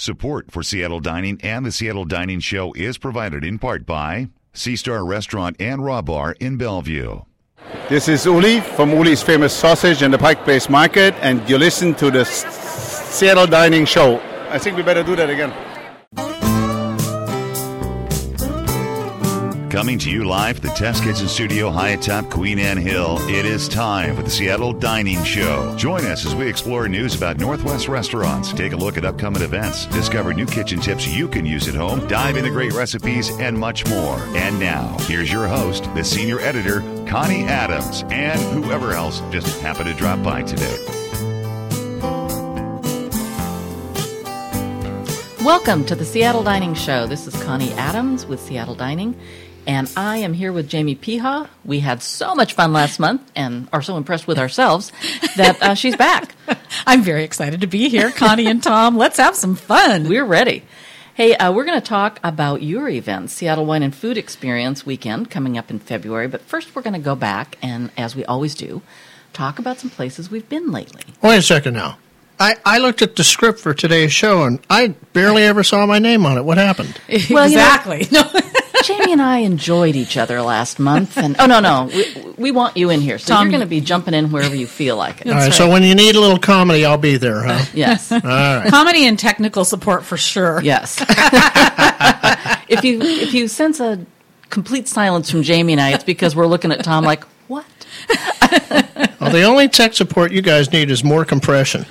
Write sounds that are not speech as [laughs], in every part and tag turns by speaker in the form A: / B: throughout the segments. A: Support for Seattle Dining and the Seattle Dining Show is provided in part by Sea Star Restaurant and Raw Bar in Bellevue.
B: This is Uli from Uli's Famous Sausage and the Pike Place Market, and you listen to the S- S- Seattle Dining Show. I think we better do that again.
A: Coming to you live at the Test Kitchen Studio high atop Queen Anne Hill, it is time for the Seattle Dining Show. Join us as we explore news about Northwest restaurants, take a look at upcoming events, discover new kitchen tips you can use at home, dive into great recipes, and much more. And now, here's your host, the senior editor, Connie Adams, and whoever else just happened to drop by today.
C: Welcome to the Seattle Dining Show. This is Connie Adams with Seattle Dining, and I am here with Jamie Piha. We had so much fun last month and are so impressed with ourselves that uh, she's back.
D: I'm very excited to
C: [laughs]
D: be here, Connie and Tom. Let's have some fun.
C: We're ready. Hey, uh, we're going to talk about your event, Seattle Wine and Food Experience Weekend, coming up in February. But first, we're going to go back and, as we always do, talk about some places we've been lately.
E: Wait a second now. I, I looked at the script for today's show and I barely ever saw my name on it. What happened?
C: Well, you know- [laughs]
D: exactly. no,
C: Jamie and I enjoyed each other last month, and oh no, no, we, we want you in here, so
D: Tom-
C: you're going to be jumping in wherever you feel like
E: All
C: it.
E: right, so when you need a little comedy, I'll be there, huh?
C: Yes.
E: All right.
D: comedy and technical support for sure.
C: Yes. [laughs] if you if you sense a complete silence from Jamie and I, it's because we're looking at Tom like, what?
E: Well, the only tech support you guys need is more compression.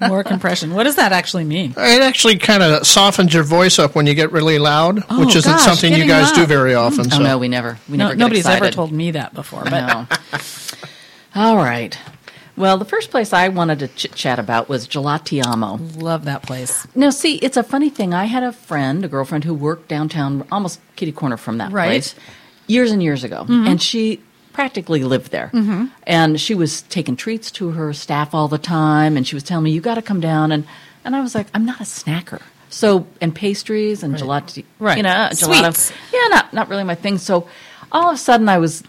D: More compression. What does that actually mean?
E: It actually kind of softens your voice up when you get really loud,
D: Oh,
E: which isn't
D: gosh,
E: something you
D: getting
E: guys do
D: loud.
E: very often.
C: Oh
E: so.
C: no, we never we
D: No,
C: never. get
D: nobody's
C: excited.
D: ever told me that before. But
C: No. All right. Well, the first place I wanted to chit chat about was Gelatiamo.
D: love that place.
C: Now, see, it's a funny thing. I had a friend, a girlfriend, who worked downtown, almost kitty corner from that
D: Right. Mm-hmm.
C: place, years and years ago, and she practically lived there. And she was taking treats to her staff all the time, and she was telling me, "You got to come down." and And I was like, "I'm not a snacker." So, and pastries and gelati,
D: Right.
C: You know, uh, gelato.
D: Sweets.
C: Yeah, not not really my thing. So, all of a sudden, I was.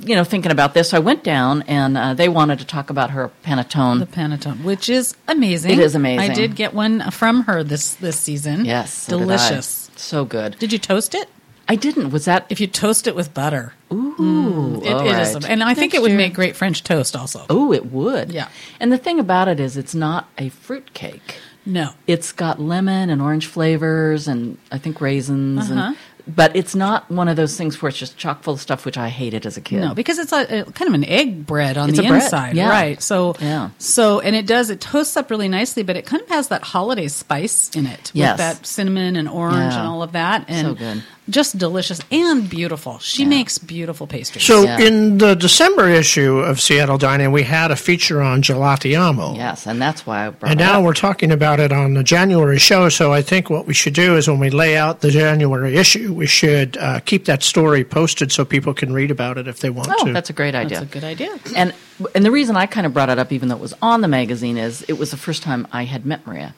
C: You know, thinking about this, so I went down and uh, they wanted to talk about her panettone.
D: The Panettone, which is amazing.
C: It is amazing.
D: I did get one from her this this season.
C: yes, so did I.
D: delicious.
C: so good.
D: Did you toast it?
C: I didn't. Was that
D: If you toast it with butter,
C: Ooh,
D: it, it is. am- And I think it would make great French toast also.
C: Oh, it would.
D: Yeah.
C: And the thing about it is, it's not a fruit cake.
D: No,
C: It's got lemon and orange flavors, and I think raisins.
D: Uh-huh.
C: And, but it's not one of those things where it's just chock full of stuff, which I hated as a kid.
D: No, because it's a, a- kind of an egg bread on
C: It's
D: the
C: a bread,
D: inside,
C: yeah.
D: right? So,
C: Yeah.
D: so and it does it toasts up really nicely, but it kind of has that holiday spice in it
C: Yes.
D: with that cinnamon and orange
C: Yeah.
D: and all of that, and
C: So good.
D: just delicious and beautiful. She makes beautiful pastries.
E: So
C: Yeah.
E: in the December issue of Seattle Dining, we had a feature on Gelatiamo.
C: Yes, and that's why I brought
E: And
C: it
E: now
C: up.
E: we're talking about it on the January show. So I think what we should do is when we lay out the January issue, we should uh, keep that story posted so people can read about it if they want
C: Oh,
E: to.
C: that's a great idea.
D: that's a good idea.
C: and and the reason I kind of brought it up, even though it was on the magazine, is it was the first time I had met Maria,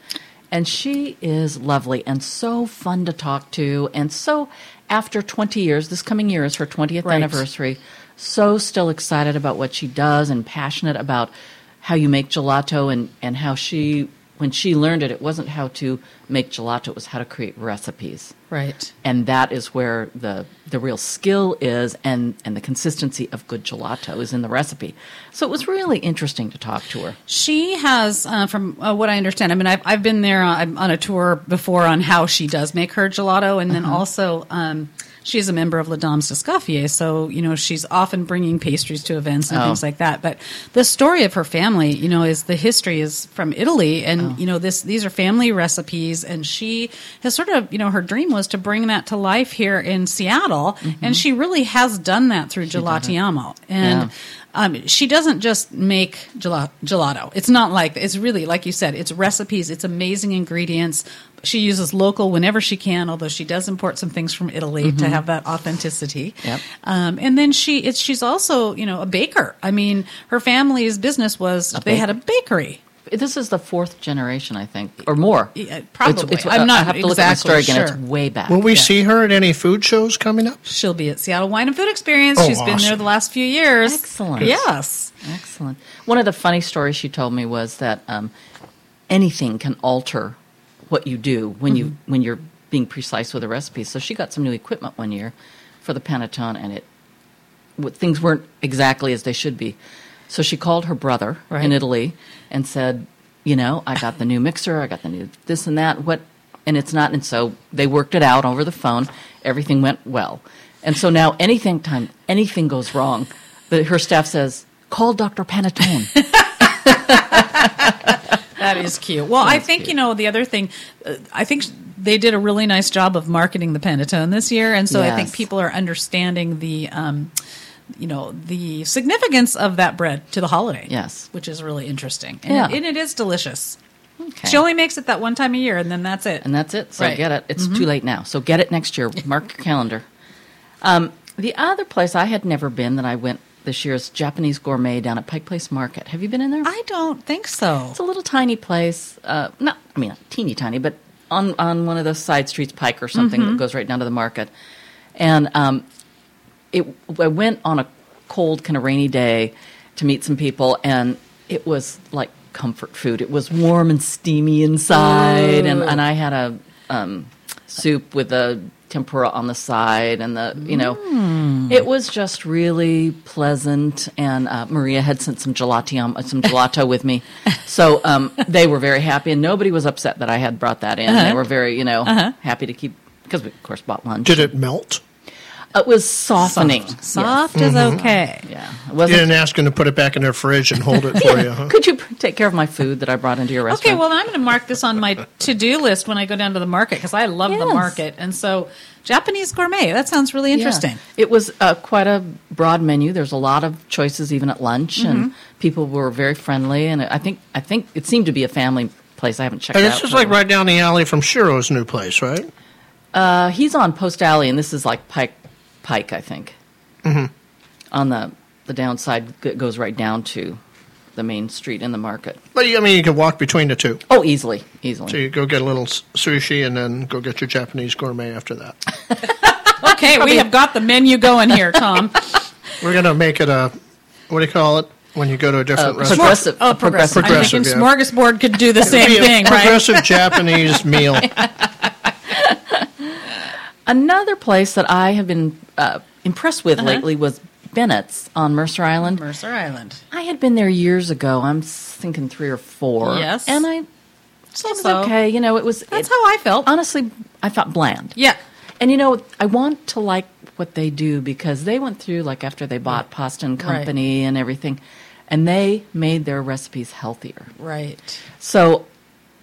C: and she is lovely and so fun to talk to, and so after 20 years, this coming year is her 20th
D: Right.
C: anniversary. So still excited about what she does and passionate about how you make gelato and and how she when she learned it, it wasn't how to make gelato; it was how to create recipes
D: Right.
C: and that is where the the real skill is and and the consistency of good gelato is in the recipe so it was really interesting to talk to her
D: She has, uh, from uh, what I understand, I mean, I've, I've been there uh, on, on a tour before on how she does make her gelato. And then also, um, she is a member of La Dame's Descaffier. So, you know, she's often bringing pastries to events and things like that. But the story of her family, you know, is the history is from Italy. And, you know, this these are family recipes. And she has sort of, you know, her dream was to bring that to life here in Seattle. And she really has done that through Gelatiamo. And,
C: Yeah.
D: um, she doesn't just make gela- gelato. It's not like it's really like you said. It's recipes. It's amazing ingredients. She uses local whenever she can, although she does import some things from Italy to have that authenticity.
C: Yep.
D: Um, and then she it's she's also you know a baker. I mean, her family's business was they had a bakery.
C: this is the fourth generation i think or more
D: Yeah,
C: It's-
D: probably.
C: it's,
D: I'm not
C: I have to look at the story
D: exactly
C: again
D: sure.
C: it's way back
E: Will we
D: yeah.
E: see her at any food shows coming up?
D: She'll be at Seattle Wine and Food Experience.
E: Oh,
D: She's been there
E: awesome.
D: the last few years.
C: Excellent.
D: Yes.
C: Excellent. One of the funny stories she told me was that um, anything can alter what you do when you when you're being precise with a recipe. So she got some new equipment one year for the panettone, and it w- things weren't exactly as they should be. So she called her brother
D: Right.
C: in Italy and said, "You know, I got the new mixer, I got the new this and that. What?" And it's not. And so they worked it out over the phone. Everything went well. And so now, anything time anything goes wrong, the, her staff says, "Call Dr. Panettone."
D: That is cute. Well, I think you know the other thing. Uh, I think sh- they did a really nice job of marketing the Panettone this year, and so I think
C: Yes.
D: people are understanding the, um, you know, the significance of that bread to the holiday.
C: Yes.
D: which is really interesting. And,
C: Yeah.
D: and it is delicious.
C: Okay.
D: She only makes it that one time a year, and then that's it.
C: and that's it. So
D: Right.
C: get it. It's too late now. So get it next year. Mark your calendar. Um, the other place I had never been that I went this year is Japanese Gourmet down at Pike Place Market. Have you been in there?
D: I don't think so.
C: it's a little tiny place. Uh, not, I mean, not teeny tiny, but on on one of those side streets, Pike or something that goes right down to the market. And um, it, I went on a cold, kind of rainy day to meet some people, and it was like comfort food. It was warm and steamy inside, and, and I had a um, soup with a tempura on the side, and the you know, it was just really pleasant. And uh, Maria had sent some gelatium, uh, some gelato with me, so um, they were very happy, and nobody was upset that I had brought that in. They were very you know happy to keep because we of course bought lunch.
E: Did it melt?
C: It was softening. Mm-hmm.
D: Soft, Soft is okay.
C: Yeah. It
E: You
C: wasn't,
E: didn't ask them to put it back in their fridge and hold it for you, [laughs] huh?
C: Could you take care of my food that I brought into your restaurant?
D: Okay, well, I'm going to mark this on my to-do list when I go down to the market because I love the
C: Yes.
D: market, and so Japanese gourmet. That sounds really
C: Yeah.
D: interesting.
C: It was uh, quite a broad menu. There's a lot of choices even at lunch, and
D: Mm-hmm.
C: people were very friendly. And I think I think it seemed to be a family place. I haven't checked.
E: And
C: out
E: Oh, this is
C: for a
E: like
C: while.
E: right down the alley from Shiro's new place, right?
C: Uh, he's on Post Alley, and this is like Pike Pike, I think.
E: Mm-hmm.
C: On the the downside that goes right down to the main street in the market.
E: But you- I mean, you could walk between the two.
C: Oh, easily, easily.
E: So you go get a little s- sushi and then go get your Japanese gourmet after that.
D: Okay, we have got the menu going here, Tom.
E: We're going to make it a, what do you call it? When you go to a
C: Uh,
E: different restaurant.
C: Progressive.
D: Oh,
C: a progressive.
D: [laughs] progressive. I'm
E: Progressive,
D: thinking
E: yeah.
D: smorgasbord could do the same
E: Be a
D: thing,
C: [laughs]
D: right?
E: Progressive Japanese meal.
C: Another place that I have been uh, impressed with lately was Bennett's on Mercer Island.
D: Uh-huh. Mercer Island.
C: I had been there years ago. I'm thinking three or four.
D: Yes.
C: and I it
D: So,
C: was okay. You know, it was.
D: That's
C: it-
D: how I felt.
C: Honestly, I felt bland.
D: Yeah.
C: And you know, I want to like what they do because they went through like after they bought Pasta and
D: Right.
C: Company and everything, and they made their recipes healthier.
D: Right.
C: So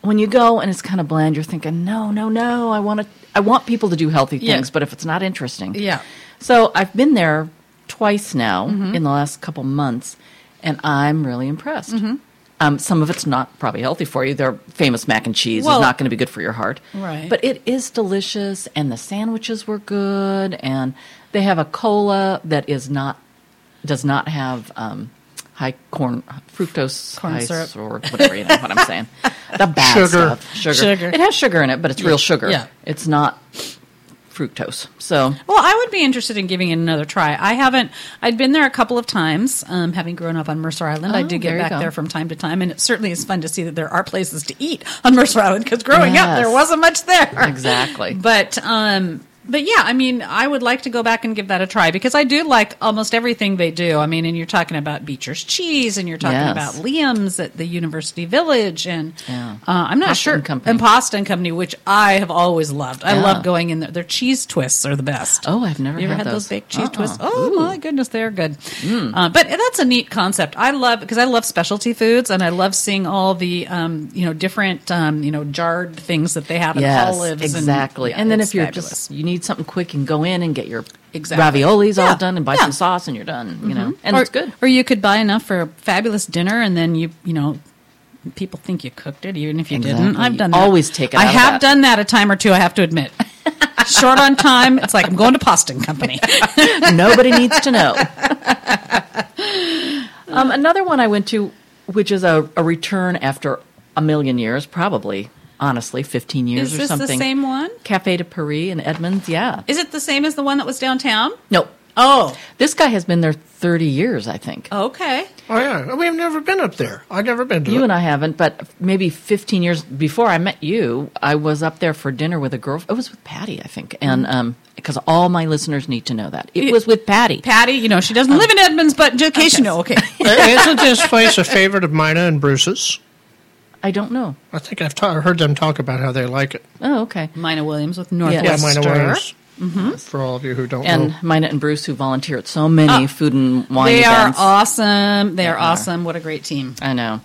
C: when you go and it's kind of bland, you're thinking, no, no, no. I want to. I want people to do healthy
D: Yeah.
C: things, but if it's not interesting,
D: Yeah. Mm-hmm.
C: So I've been there twice now in the last couple months, and I'm really impressed.
D: Mm-hmm.
C: Um, some of it's not probably healthy for you. Their famous mac and cheese
D: Well-
C: is not going to be good for your heart,
D: Right.
C: But it is delicious, and the sandwiches were good, and they have a cola that is not does not have um, high corn fructose
D: Corn
C: high
D: syrup.
C: s- or whatever you know what I'm
D: [laughs]
C: saying. The bad
E: Sugar.
C: stuff, sugar.
D: Sugar.
C: It has sugar in it, but it's real sugar.
D: Yeah.
C: It's not fructose. So
D: Well, I would be interested in giving it another try. I haven't. I'd been there a couple of times, um, having grown up on Mercer Island. I
C: Oh,
D: do
C: there
D: get
C: you
D: back
C: go.
D: there from time to time, and it certainly is fun to see that there are places to eat on Mercer Island because growing up
C: Yes.
D: there wasn't much there.
C: Exactly.
D: [laughs] but um, but yeah, I mean, I would like to go back and give that a try because I do like almost everything they do. I mean, and you're talking about Beecher's cheese, and you're talking
C: Yes.
D: about Liam's at the University Village, and
C: Yeah.
D: uh, I'm not
C: Pasta
D: sure
C: and Company.
D: and Pasta and Company, which I have always loved. I
C: Yeah.
D: love going in there. Their cheese twists are the best.
C: Oh, I've never
D: you ever
C: had
D: had those,
C: those.
D: baked cheese
C: Uh-uh. Mm.
D: twists. Oh my goodness, they are good. Uh, but that's a neat concept. I love because I love specialty foods and I love seeing all the um, you know different um, you know jarred things that they have.
C: yes,
D: and olives
C: exactly.
D: And, yeah,
C: and then
D: it's
C: if you're
D: fabulous.
C: just you need something quick and go in and get your
D: Exactly.
C: raviolis
D: Yeah.
C: all done and buy
D: Yeah. Mm-hmm.
C: some sauce and you're done. You know, and
D: or,
C: it's good.
D: Or you could buy enough for a fabulous dinner and then you you know. People think you cooked it, even if you didn't.
C: Exactly.
D: I've done
C: You
D: that.
C: always take it
D: I
C: out of
D: have
C: that.
D: done that a time or two. I have
C: [laughs]
D: to admit, short on time. It's like I'm going to Pasta and Company.
C: [laughs] Nobody needs to know. um, another one I went to, which is a, a return after a million years, probably, honestly, 15 years
D: Is
C: or
D: this the
C: something.
D: same one?
C: Cafe de Paris in Edmonds, yeah.
D: Is it the same as the one that was downtown?
C: no,
D: Oh,
C: This guy has been there 30 years, I think.
D: okay.
E: Oh yeah, we've never been up there. I've never been to
C: You
E: it.
C: and I haven't, but maybe 15 years before I met you, I was up there for dinner with a girl. It was with Patty, I think. And
D: Mm.
C: um 'cause because all my listeners need to know that. It was with Patty.
D: Patty, you know, she doesn't live in Edmonds, but in case you know, okay. [laughs]
E: I- Uh, Isn't this place a favorite of mine and Bruce's?
C: I don't know.
E: I think I've ta- heard them talk about how they like it.
C: Oh, okay.
D: Mina Williams with Northwestern.
E: Yeah, mine
C: Stir.
E: awareness. For all of you who don't
C: Mm-hmm. And
E: know,
C: Mina and Bruce, who volunteer at so many food and wine
D: Ah, They are
C: events.
D: awesome. They are awesome. What a great team.
C: I know.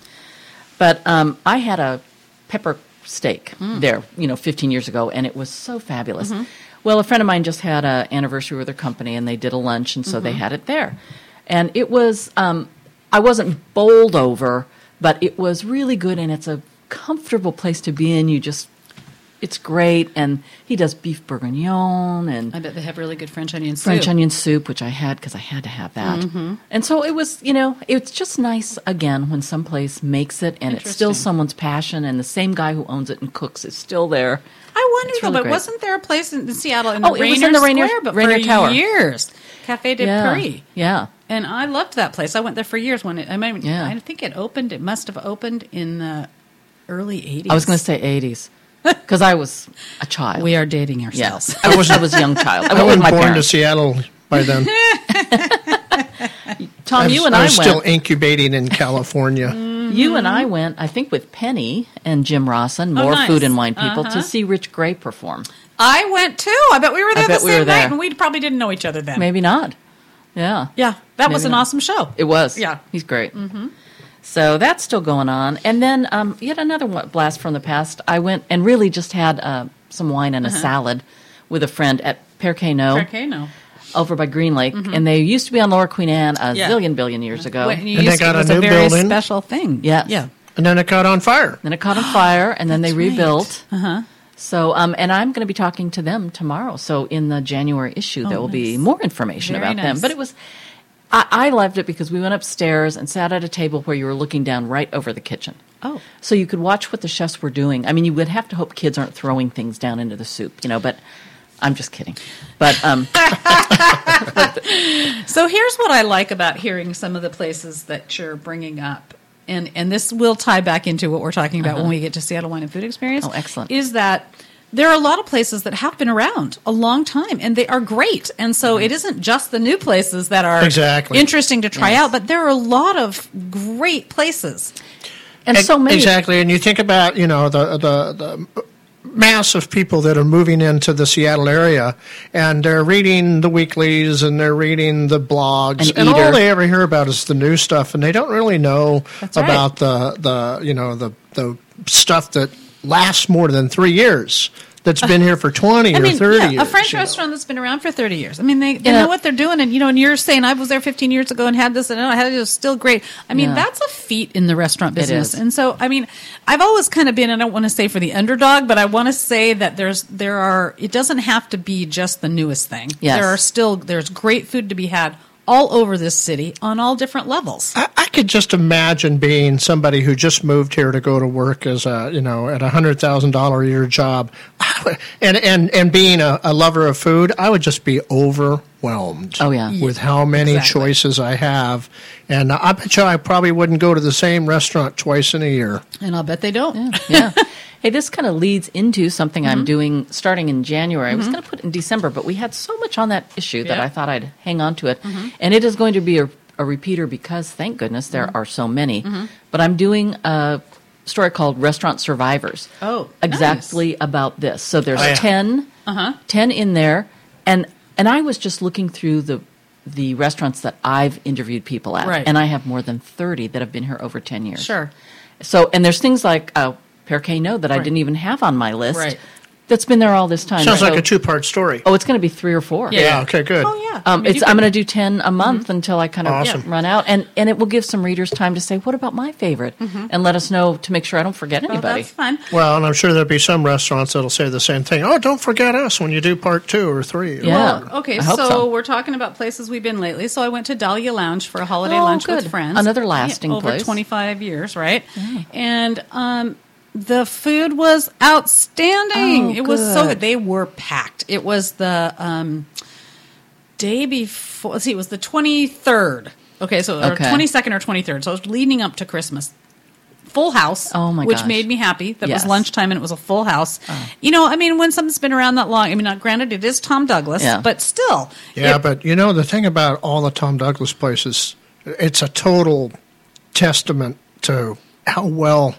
C: But um, I had a pepper steak
D: Hmm.
C: there, you know, 15 years ago, and it was so fabulous.
D: Mm-hmm.
C: Well, a friend of mine just had an anniversary with her company, and they did a lunch, and so
D: Mm-hmm.
C: they had it there. And it was, um, I wasn't bowled over, but it was really good, and it's a comfortable place to be in. You just, it's great. And he does beef bourguignon and
D: I bet they have really good French onion soup. Mm-hmm.
C: French onion soup, which I had because I had to have that. And so it was, you know, it's just nice again when someplace makes it and it's still
D: Interesting.
C: someone's passion and the same guy who owns it and cooks is still there.
D: I wonder
C: It's
D: though,
C: really
D: but
C: great.
D: wasn't there a place in Seattle in
C: Oh,
D: the
C: it was
D: Rainier
C: in the Rainier-
D: Square, but
C: Rainier
D: for
C: Tower.
D: years, Cafe de
C: yeah.
D: Paris.
C: Yeah.
D: And I loved that place. I went there for years when it, I mean,
C: Yeah.
D: I think it opened. It must have opened in the early '80s.
C: I was going to say
D: [laughs]
C: 80s because I was a child.
D: we are dating
C: Yes.
D: ourselves.
C: [laughs] I was, I was a young child. I,
E: I
C: went with
E: wasn't
C: my
E: born
C: parents.
E: to Seattle by
C: [laughs]
E: then.
C: Tom,
E: I was,
C: you and
E: I
C: I,
E: was still
C: went. Mm.
E: incubating in California.
C: You and I went, I think, with Penny and Jim Rossin, more
D: Oh, nice. Uh-huh.
C: food and wine people, to see Rich Gray perform.
D: I went too. I bet we were there the
C: bet
D: same
C: we were
D: night,
C: there.
D: and we probably didn't know each other then.
C: Maybe not. Yeah.
D: Yeah, that was
C: Maybe
D: an
C: not.
D: awesome show.
C: It was.
D: Yeah.
C: He's great. Mm-hmm. So that's still going on. And then um, yet another one, blast from the past. I went and really just had uh, some wine and a
D: Uh-huh.
C: salad with a friend at Percano
D: Okay, no.
C: over by Green Lake. And they used to be on Lower Queen Anne a
D: Mm-hmm. Yeah.
C: zillion billion years ago.
D: When you
E: And they
D: used to-
E: got
D: it
E: a
D: was
E: new
D: very
E: building?
D: special thing.
C: Yes.
D: Yeah.
E: and then it caught on fire.
C: Then it caught on fire and then they
D: That's right. Uh-huh.
C: rebuilt. So, um, and I'm going to be talking to them tomorrow. So, in the January issue, there will be
D: Oh, nice.
C: more information
D: Very
C: about them.
D: nice.
C: But it was, I, I loved it because we went upstairs and sat at a table where you were looking down right over the kitchen.
D: Oh.
C: So you could watch what the chefs were doing. I mean, you would have to hope kids aren't throwing things down into the soup, you know, but I'm just kidding. But, um,
D: So here's what I like about hearing some of the places that you're bringing up. And and this will tie back into what we're talking about when we get to Seattle Wine and Food Experience.
C: Uh-huh. Oh, excellent.
D: Is that there are a lot of places that have been around a long time and they are great. And
C: Mm-hmm.
D: so it isn't just the new places that are
E: Exactly.
D: interesting to try out, but there are a lot of great places.
C: and so many.
E: Exactly, and you think about you know the the. the mass of people that are moving into the Seattle area and they're reading the weeklies and they're reading the blogs
C: An
E: and all
C: eater.
E: they ever hear about is the new stuff and they don't really know
D: That's right.
E: about the the you know the the stuff that lasts more than 3 years that's been here for 20
D: Uh, I
E: or
D: mean,
E: 30
D: yeah,
E: years.
D: a French
E: you know.
D: restaurant that's been around for 30 years. I mean, they, they
C: Yeah.
D: know what they're doing. And, you know, and you're saying I was there 15 years ago and had this and I had it. It was still great. I mean,
C: Yeah.
D: that's a feat in the restaurant business.
C: is.
D: And so, I mean, I've always kind of been, I don't want to say for the underdog, but I want to say that there's, there are, it doesn't have to be just the newest thing.
C: Yes.
D: There are still, there's great food to be had all over this city on all different levels.
E: I, I could just imagine being somebody who just moved here to go to work as a you know at a hundred thousand dollar a year job, and and and being a, a lover of food, I would just be overwhelmed.
C: Oh, yeah.
E: with how many
D: Exactly.
E: choices I have, and I bet you I probably wouldn't go to the same restaurant twice in a year.
D: And I'll bet they don't.
C: yeah. [laughs] Hey, this kind of leads into something
D: Mm-hmm.
C: I'm doing starting in January. I was going to put it in December, but we had so much on that issue that
D: Yeah. Mm-hmm.
C: I thought I'd hang on to it. And it is going to be a, a repeater because, thank goodness, there
D: Mm-hmm.
C: are so many. But I'm doing a story called Restaurant Survivors.
D: Oh,
C: exactly about this. So there's
E: Oh, yeah.
C: 10,
D: Uh-huh.
C: 10 in there. And, and I was just looking through the the restaurants that I've interviewed people at,
D: Right.
C: and I have more than thirty that have been here over ten years.
D: Sure.
C: So, and there's things like uh, Percano that I
D: Right.
C: didn't even have on my list.
D: Right.
C: That's been there all this time.
E: Sounds
C: So-
E: like a two part story.
C: Oh, it's going to be three or four.
E: yeah, okay, good.
D: Oh, yeah. I
C: Um,
D: mean,
C: it's,
D: you
C: I'm
D: can- Mm-hmm.
C: going to do 10 a month until I kind of
E: Awesome.
C: run out. And, and it will give some readers time to say, what about my favorite? And let us know to make sure I don't forget
D: Well,
C: anybody.
D: Mm-hmm. that's fun.
E: Well, and I'm sure there'll be some restaurants that'll say the same thing. Oh, don't forget us when you do part two or three.
C: Yeah.
D: Well, okay,
C: I
D: so,
C: hope so.
D: we're talking about places we've been lately. So I went to Dahlia Lounge for a holiday
C: Oh,
D: lunch with
C: good.
D: friends.
C: Another lasting
D: over
C: place.
D: 25 years, right? And um, the food was outstanding.
C: Oh,
D: it was so
C: good.
D: good. They were packed. It was the um, day before. Let's see, it was the 23rd. Okay, so or
C: Okay.
D: 22nd or 23rd. So it was leading up to Christmas. Full house.
C: Oh, my
D: Which
C: gosh.
D: made me happy. That
C: Yes.
D: was lunchtime and it was a full house. You know, I mean, when something's been around that long, I mean, not granted, it is Tom Douglas,
C: Yeah.
D: but still.
E: Yeah,
D: it-
E: but you know the thing about all the Tom Douglas places, it's a total testament to how well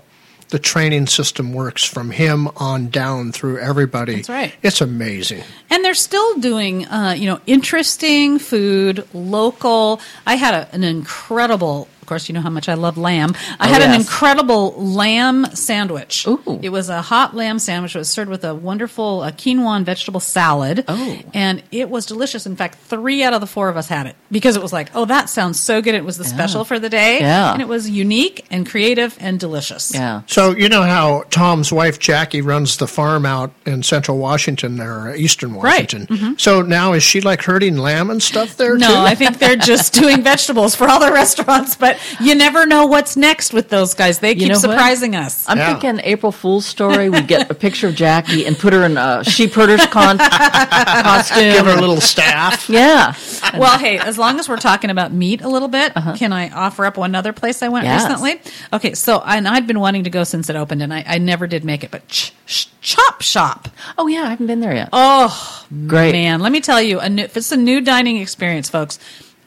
E: the training system works from him on down through everybody.
D: That's right.
E: It's amazing.
D: And they're still doing, uh, you know, interesting food, local. I had a, an incredible, of course, you know how much I love lamb. I
C: Oh,
D: had an
C: yes.
D: incredible lamb sandwich.
C: Ooh.
D: It was a hot lamb sandwich. It was served with a wonderful uh, quinoa and vegetable salad.
C: Oh.
D: And it was delicious. In fact, three out of the four of us had it because it was like, oh, that sounds so good. It was the special for the day.
C: Yeah.
D: And it was unique and creative and delicious.
C: Yeah.
E: So you know how Tom's wife Jackie runs the farm out in Central Washington or Eastern
D: Right. Mm-hmm.
E: Washington. So now is she like herding lamb and stuff there too?
D: No, I think
C: [laughs]
D: they're just doing vegetables for all the restaurants, but you never know what's next with those guys. They keep
C: know what?
D: surprising us.
C: I'm
E: Yeah.
C: thinking April Fool's story. We get a picture of Jackie and put her in a sheep herder's con- costume.
E: give her a little staff.
C: Yeah.
D: well, hey, as long as we're talking about meat a little bit, can I offer up one other place I went
C: Uh-huh. Yes.
D: recently? Okay, so and I'd been wanting to go since it opened, and I, I never did make it, but ch- ch- Chop Shop.
C: Oh yeah, I haven't been there yet.
D: Oh,
C: Great.
D: man, let me tell you, a new, if it's a new dining experience, folks.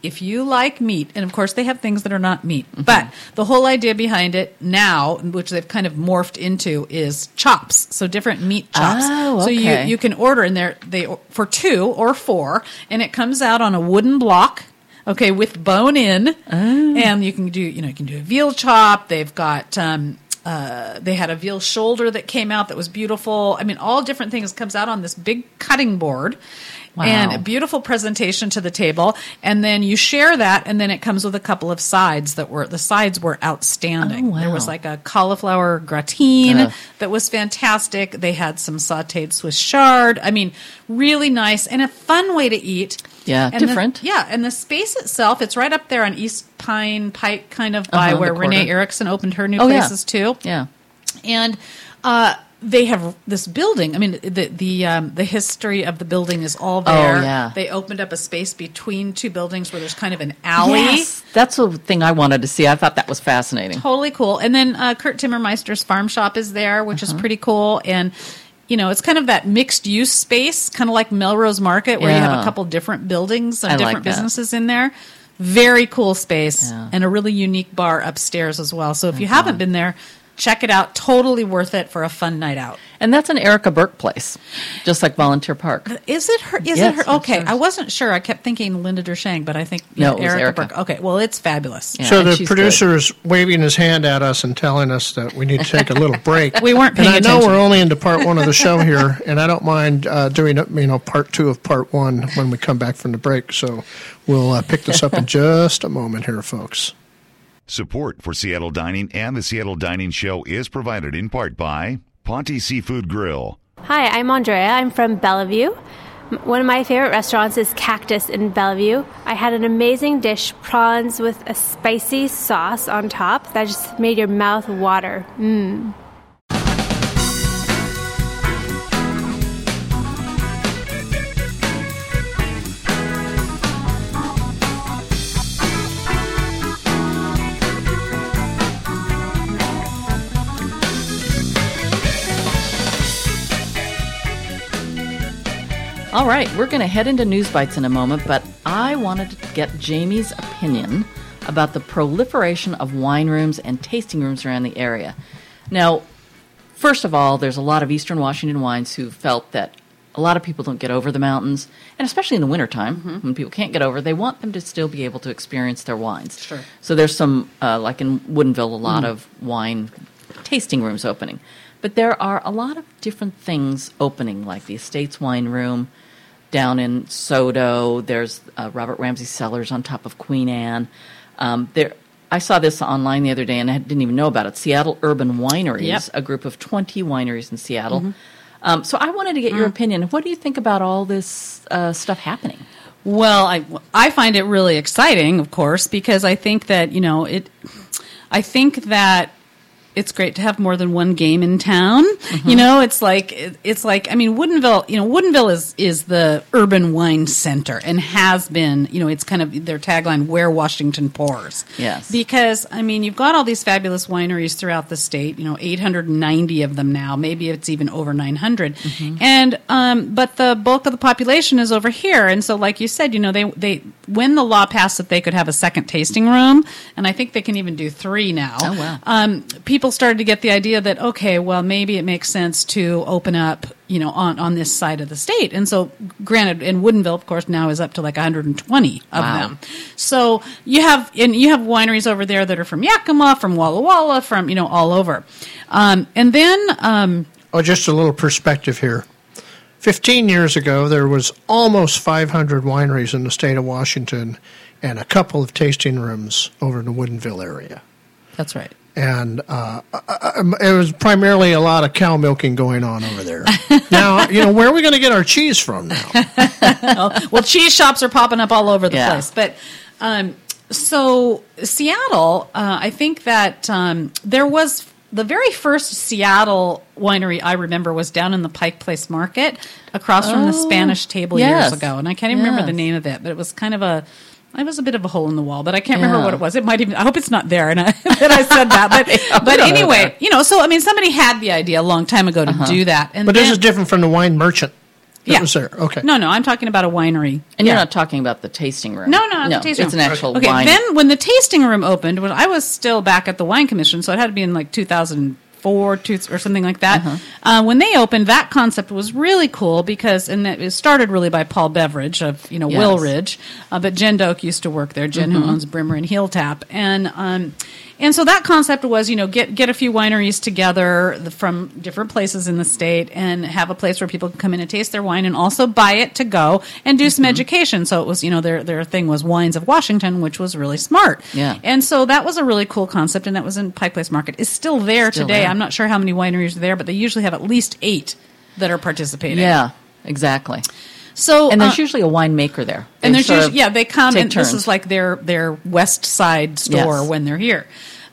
D: If you like meat, and of course they have things that are not meat,
C: Mm-hmm.
D: but the whole idea behind it now, which they've kind of morphed into, is chops. So different meat chops.
C: Oh,
D: So you
C: okay.
D: you can order, and they're they for two or four, and it comes out on a wooden block. Okay, with bone in,
C: Oh.
D: and you can do you know you can do a veal chop. They've got um, uh, they had a veal shoulder that came out that was beautiful. I mean, all different things comes out on this big cutting board.
C: Wow.
D: And a beautiful presentation to the table, and then you share that, and then it comes with a couple of sides that were the sides were outstanding.
C: Oh, wow.
D: There was like a cauliflower gratin
C: Ugh.
D: that was fantastic. They had some sautéed Swiss chard. I mean, really nice and a fun way to eat.
C: Yeah,
D: And the-
C: different.
D: yeah, and the space itself, it's right up there on East Pine Pike, kind of by
C: Uh-huh, the
D: where Renee
C: corner.
D: Erickson opened her new
C: Oh, yeah.
D: places too
C: Yeah.
D: and uh, they have this building. I mean, the the um, the history of the building is all there.
C: Oh, yeah.
D: They opened up a space between two buildings where there's kind of an alley.
C: Yes. That's the thing I wanted to see. I thought that was fascinating.
D: Totally cool. And then uh, Kurt Timmermeister's farm shop is there, which
C: Uh-huh.
D: is pretty cool. And you know, it's kind of that mixed use space, kind of like Melrose Market, where you have a
C: Yeah.
D: couple different buildings and
C: I like
D: different
C: that.
D: businesses in there. Very cool space
C: Yeah.
D: and a really unique bar upstairs as well. So if you haven't been there, check it out. Totally worth it for a fun night out.
C: And that's an Erica Burke place, just like Volunteer Park.
D: Is it her? Is
C: Yes,
D: it her? Okay,
C: it's hers.
D: I wasn't sure. I kept thinking Linda Dershang, but I think
C: No,
D: yeah,
C: it was Erica.
D: Burke. Okay, well, it's fabulous.
C: Yeah,
E: So
C: and
E: the
C: she's
E: producer is waving his hand at us and telling us that we need to take a little break.
D: [laughs] We weren't paying
E: and I know
D: attention.
E: we're only into part one of the show here, and I don't mind uh, doing you know part two of part one when we come back from the break. So we'll uh, pick this up in just a moment here, folks.
A: Support for Seattle Dining and the Seattle Dining Show is provided in part by Ponte Seafood Grill.
F: Hi, I'm Andrea. I'm from Bellevue. M- One of my favorite restaurants is Cactus in Bellevue. I had an amazing dish, prawns with a spicy sauce on top that just made your mouth water. Mmm.
C: All right, we're going to head into news bites in a moment, but I wanted to get Jamie's opinion about the proliferation of wine rooms and tasting rooms around the area. Now, first of all, there's a lot of Eastern Washington wines who felt that a lot of people don't get over the mountains, and especially in the wintertime when people can't get over, they want them to still be able to experience their wines. Sure. So there's some, uh, like in Woodinville, a lot of wine tasting rooms opening. But there are a lot of different things opening, like the Estates Wine Room down in Soto. There's uh, Robert Ramsey Cellars on top of Queen Anne. Um, there, I saw this online the other day and I didn't even know about it. Seattle Urban Wineries,
D: Yep.
C: a group of 20 wineries in Seattle.
D: Mm-hmm.
C: Um, so I wanted to get your
D: Mm.
C: opinion. What do you think about all this uh, stuff happening?
D: Well, I I find it really exciting, of course, because I think that you know it. I think that it's great to have more than one game in town. You know, it's like it- it's like I mean, Woodenville. You know, Woodenville is is the urban wine center and has been. You know, it's kind of their tagline "Where Washington Pours."
C: Yes.
D: because I mean, you've got all these fabulous wineries throughout the state. You know, 890 of them now. Maybe it's even over 900.
C: Mm-hmm.
D: And um, but the bulk of the population is over here, and so like you said, you know, they they when the law passed that they could have a second tasting room, and I think they can even do three now
C: Oh, wow.
D: um, people started to get the idea that okay, well, maybe it makes sense to open up, you know, on on this side of the state. And so, granted, in Woodinville, of course, now is up to like 120 of
C: Wow.
D: them. So you have and you have wineries over there that are from Yakima, from Walla Walla, from you know all over. Um, and then um,
E: Oh, just a little perspective here. 15 years ago, there was almost 500 wineries in the state of Washington and a couple of tasting rooms over in the Woodinville area.
D: that's right.
E: And uh, uh, uh, it was primarily a lot of cow milking going on
D: [laughs]
E: over there. now, you know, where are we going to get our cheese from now?
D: well, cheese shops are popping up all over the
C: Yeah.
D: place. But um, so Seattle, uh, I think that um, there was the very first Seattle winery I remember was down in the Pike Place Market across from the Spanish Table
C: Oh, yes.
D: years ago, and I can't even remember the
C: Yes.
D: name of it, but it was kind of a. It was a bit of a hole in the wall, but I can't remember
C: Yeah.
D: what it was. It might even—I hope it's not there. And I, [laughs] that I said that,
C: [laughs]
D: but but
C: don't know
D: anyway, you know. So I mean, somebody had the idea a long time ago
C: Uh-huh.
D: to do that, and
E: But this
D: then-
E: is different from the wine merchant that
D: Yeah.
E: was there. Okay.
D: No, no, I'm talking about a winery.
C: And you're not talking about the tasting room.
D: No, no, not
C: no
D: the tasting
C: it's
D: room.
C: an actual
D: okay,
C: wine.
D: then when the tasting room opened, when I was still back at the wine commission, so it had to be in like 2004 two, or something like that.
C: Uh-huh.
D: uh when they opened, that concept was really cool because, and it was started really by Paul Beveridge of you know
C: Yes.
D: Willridge, uh, but Jen Doak used to work there. Jen
C: Mm-hmm.
D: who owns Brimmer and Hilltap, and um, and so that concept was you know get get a few wineries together the- from different places in the state and have a place where people can come in and taste their wine and also buy it to go and do
C: Mm-hmm.
D: some education. So it was you know their their thing was wines of Washington, which was really smart.
C: Yeah.
D: and so that was a really cool concept, and that was in Pike Place Market. It's still there
C: Still
D: today.
C: there.
D: I'm not sure how many wineries are there, but they usually have at least eight that are participating.
C: yeah, exactly.
D: So
C: And
D: uh,
C: there's usually a winemaker there. They
D: and there's
C: sort
D: usually,
C: of
D: yeah they come
C: take
D: and this
C: turns.
D: is like their their west side store
C: Yes.
D: when they're here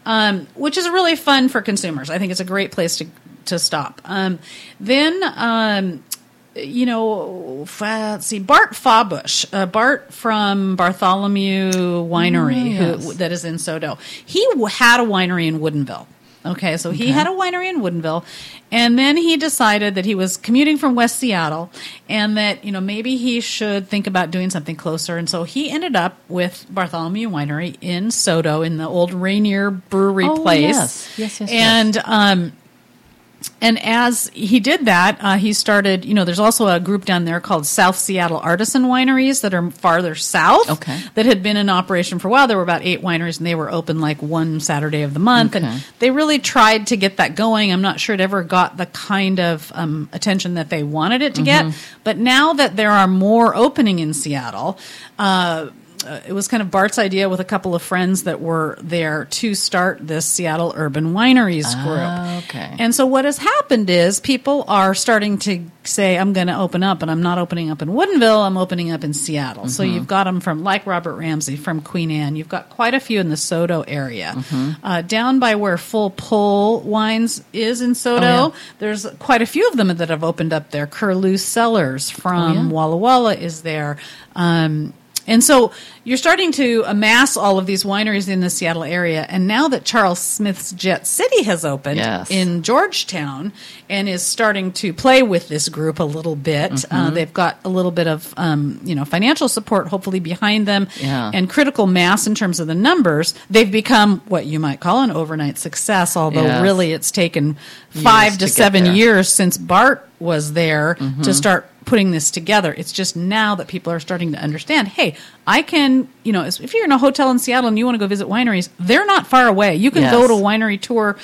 D: um, which is really fun for consumers i think it's a great place to to stop um, then um, you know, f- uh, let's see, Bart Fabush, uh, Bart from Bartholomew
C: Mm,
D: Winery, who, that is in Sodo. He w- had a winery in Woodinville. Okay, so he had a winery in Woodinville, and then he decided that he was commuting from West Seattle, and that you know maybe he should think about doing something closer. And so he ended up with Bartholomew Winery in Sodo, in the old Rainier Brewery
C: Oh,
D: place.
C: yes. Yes, yes, yes.
D: and um, and as he did that, uh, he started, you know, there's also a group down there called South Seattle Artisan Wineries that are farther south
C: Okay.
D: that had been in operation for a while. There were about eight wineries and they were open like one Saturday of the month.
C: Okay.
D: And they really tried to get that going. I'm not sure it ever got the kind of um, attention that they wanted it to get.
C: Mm-hmm.
D: But now that there are more opening in Seattle, uh, uh, it was kind of Bart's idea with a couple of friends that were there to start this Seattle Urban Wineries group.
C: Ah, okay.
D: And so what has happened is people are starting to say, I'm going to open up, and I'm not opening up in Woodinville, I'm opening up in Seattle. So you've got them from, like Robert Ramsey from Queen Anne, you've got quite a few in the Soto area. Uh, down by where Full Pull Wines is in Soto, there's quite a few of them that have opened up there. Curlew Cellars from Walla Walla is there. Um, and so you're starting to amass all of these wineries in the Seattle area. And now that Charles Smith's Jet City has opened
C: Yes.
D: in Georgetown and is starting to play with this group a little bit,
C: Mm-hmm.
D: uh, they've got a little bit of um, you know financial support hopefully behind them
C: Yeah.
D: and critical mass in terms of the numbers. They've become what you might call an overnight success, although
C: Yes.
D: really it's taken five
C: Years
D: to,
C: to get
D: seven
C: there. Mm-hmm.
D: years since Bart was there to start putting this together. It's just now that people are starting to understand, hey, I can, you know, if you're in a hotel in Seattle and you want to go visit wineries, they're not far away. You can go
C: Yes.
D: to a winery tour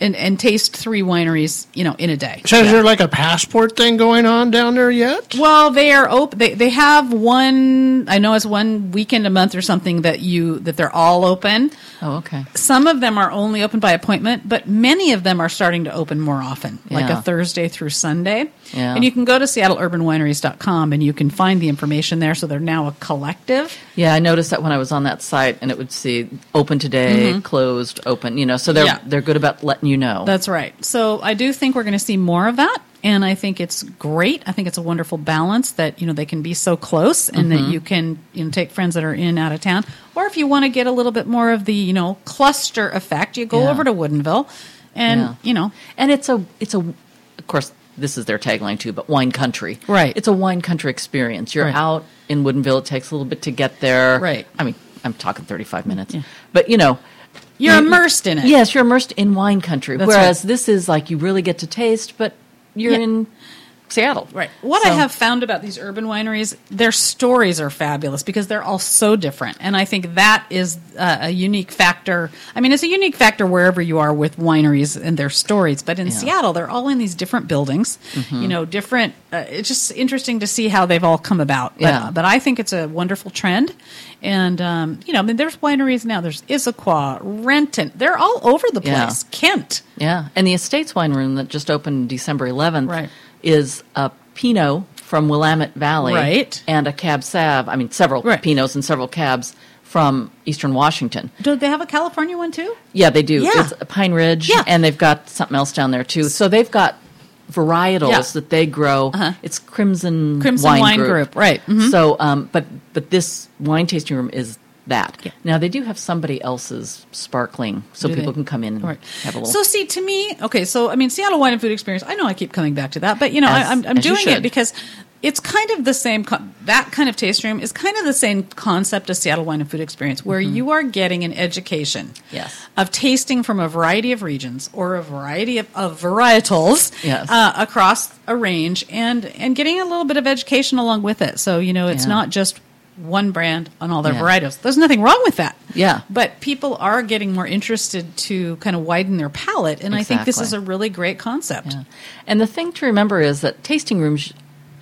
D: and, and taste three wineries, you know, in a day.
E: So is there like a passport thing going on down there yet?
D: Well, they are open. They, they have one. I know it's one weekend a month or something that you that they're all open.
C: Oh, okay.
D: Some of them are only open by appointment, but many of them are starting to open more often, like
C: Yeah.
D: a Thursday through Sunday.
C: Yeah.
D: And you can go to seattleurbanwineries.com and you can find the information there. So they're now a collective.
C: Yeah, I noticed that when I was on that site, and it would see open today, closed, open. You know, so they're
D: Mm-hmm. Yeah.
C: they're good about letting you know.
D: That's right. So I do think we're going to see more of that. And I think it's great. I think it's a wonderful balance that, you know, they can be so close and
C: Mm-hmm.
D: that you can, you know, take friends that are in out of town. Or if you want to get a little bit more of the, you know, cluster effect, you go
C: Yeah.
D: over to Woodinville and,
C: Yeah.
D: you know,
C: and it's a it's a of course this is their tagline too but wine country
D: Right.
C: it's a wine country experience you're
D: Right.
C: out in woodinville it takes a little bit to get there
D: Right.
C: i mean i'm talking 35 minutes but you know
D: you're
C: you-
D: immersed in it.
C: yes you're immersed in wine country
D: That's
C: whereas
D: right.
C: this is like you really get to taste but you're
D: Yeah.
C: in seattle
D: Right. What I
C: So-
D: have found about these urban wineries, their stories are fabulous because they're all so different, and I think that is uh, a unique factor. I mean, it's a unique factor wherever you are with wineries and their stories, but in Seattle, they're all in these different buildings. You know, different. Uh, it's just interesting to see how they've all come about. But,
C: Yeah.
D: But I think it's a wonderful trend, and um, you know, I mean, there's wineries now. There's Issaquah, Renton. They're all over the
C: Yeah.
D: place. Kent.
C: Yeah, and the Estates Wine Room that just opened December 11th
D: Right.
C: is a Pinot from Willamette Valley,
D: Right.
C: and a Cab Sav. I mean, several
D: Right.
C: Pinots and several Cabs from Eastern Washington.
D: Do they have a California one too?
C: Yeah, they do.
D: Yeah.
C: It's Pine Ridge,
D: Yeah.
C: and they've got something else down there too. So they've got varietals
D: Yeah. Uh-huh.
C: that they grow. It's Crimson
D: Crimson Wine Group, right. Mhm.
C: So, um, but but this wine tasting room is that.
D: Yeah.
C: Now they do have somebody else's sparkling, so
D: Do
C: people
D: they?
C: can come in and
D: Right.
C: have a little.
D: So see, to me, okay. So I mean, Seattle Wine and Food Experience. I know I keep coming back to that, but you know,
C: As-
D: I, I'm, I'm
C: as you
D: doing it
C: should.
D: because it's kind of the same. co- That kind of taste room is kind of the same concept as Seattle Wine and Food Experience, where you are getting an education
C: Mm-hmm. Yes.
D: of tasting from a variety of regions or a variety of, of varietals
C: Yes.
D: uh, across a range, and and getting a little bit of education along with it. So you know, it's
C: Yeah.
D: not just one brand on all their
C: Yeah.
D: varietals. There's nothing wrong with that.
C: Yeah.
D: But people are getting more interested to kind of widen their palate. And I think this
C: Exactly.
D: is a really great concept.
C: Yeah. And the thing to remember is that tasting rooms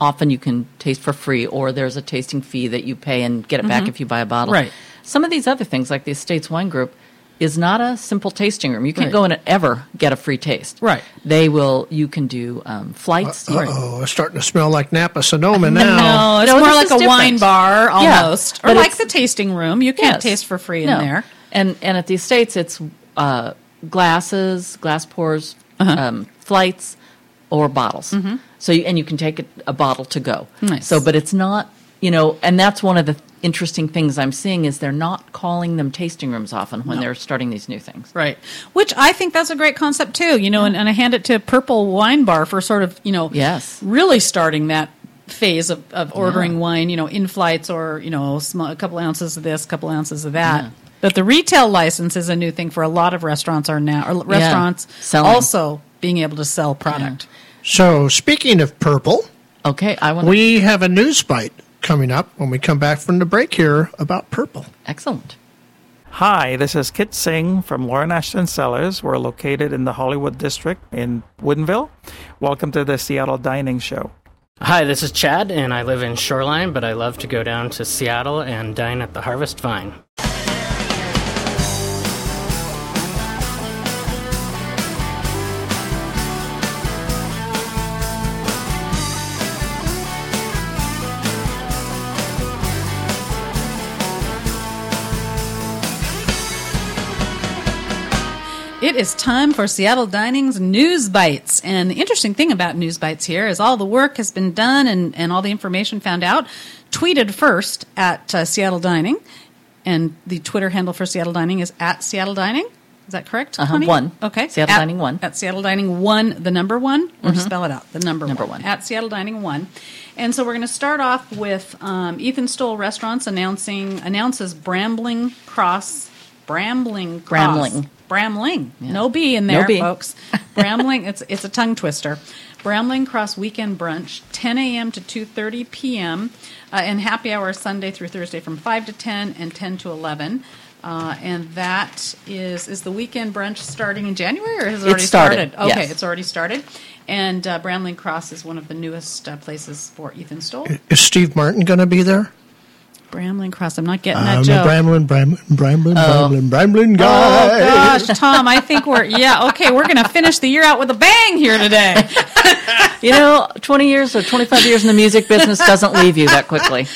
C: often you can taste for free, or there's a tasting fee that you pay and get it back if you buy a bottle.
D: Mm-hmm. Right.
C: Some of these other things, like the Estates Wine Group, is not a simple tasting room. You can't
D: Right.
C: go in and ever get a free taste.
D: Right.
C: They will. You can do um, flights.
E: Oh, it's starting to smell like Napa Sonoma now.
D: No, it's
C: No,
D: more
C: this
D: like
C: is
D: a wine
C: different.
D: bar
C: Yeah,
D: almost, or
C: but
D: like
C: it's-
D: the tasting room. You can't
C: Yes.
D: taste for free
C: No.
D: in there.
C: And and at the estates, it's uh, glasses, glass pours, um, flights, or bottles. So you, and you can take a, a bottle to go.
D: Nice.
C: So, but it's not you know, and that's one of the interesting things I'm seeing is they're not calling them tasting rooms often when they're starting these new things.
D: Right. Which I think that's a great concept too, you know, and, and I hand it to Purple Wine Bar for sort of, you know,
C: Yes.
D: really starting that phase of, of ordering wine, you know, in flights or, you know, sm- a couple ounces of this, couple ounces of that. But the retail license is a new thing for a lot of restaurants are now, or restaurants
C: Selling.
D: also being able to sell product.
E: So, speaking of purple,
C: Okay, I want to
E: we have a news bite coming up when we come back from the break here about purple.
C: excellent.
G: Hi, this is Kit Singh from Lauren Ashton Cellars. We're located in the Hollywood District in Woodinville. Welcome to the Seattle Dining Show.
H: Hi, this is Chad, and I live in Shoreline, but I love to go down to Seattle and dine at the Harvest Vine.
D: It is time for Seattle Dining's News Bites. And the interesting thing about News Bites here is all the work has been done and, and all the information found out, tweeted first at uh, Seattle Dining. And the Twitter handle for Seattle Dining is at Seattle Dining. Is that correct?
C: Uh-huh,
D: honey?
C: one.
D: Okay.
C: Seattle
D: At-
C: Dining one. Mm-hmm.
D: At Seattle Dining one, the number one, or spell it out, the number,
C: Number
D: one.
C: one.
D: At Seattle Dining one. And so we're going to start off with um, Ethan Stoll Restaurants announcing announces Brambling Cross. Brambling Cross.
C: Brambling.
D: Bramling. No B in there,
C: No B.
D: [laughs] folks. Bramling. It's it's a tongue twister. Bramling Cross Weekend Brunch, 10 a.m. to 2:30 p.m. Uh, and happy hour Sunday through Thursday from 5 to 10 and 10 to 11. Uh, and that is is the weekend brunch starting in January or has it
C: It
D: already
C: started,
D: Okay,
C: yes.
D: it's already started. And uh, Bramling Cross is one of the newest uh, places for Ethan Stoll.
E: Is Steve Martin going to be there?
D: Bramling Cross. I'm not Oh. getting that
E: I'm
D: joke.
E: a Bramlin, Bramlin, Bramlin, Bramlin, Bramlin
D: Oh,
E: guy.
D: Gosh, Tom, I think we're yeah okay. We're gonna finish the year out with a bang here today.
C: You know, 20 years or 25 years in the music business doesn't leave you that quickly.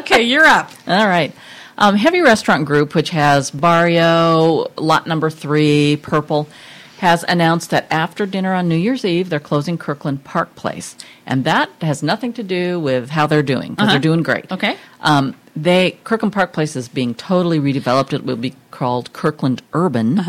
D: Okay, you're up.
C: All right. Um, Heavy Restaurant Group, which has Barrio, Lot Number Three, Purple, has announced that after dinner on New Year's Eve, they're closing Kirkland Park Place. And that has nothing to do with how they're doing, because they're doing great.
D: Uh-huh. Okay.
C: Um, they Kirkland Park Place is being totally redeveloped. It will be called Kirkland Urban,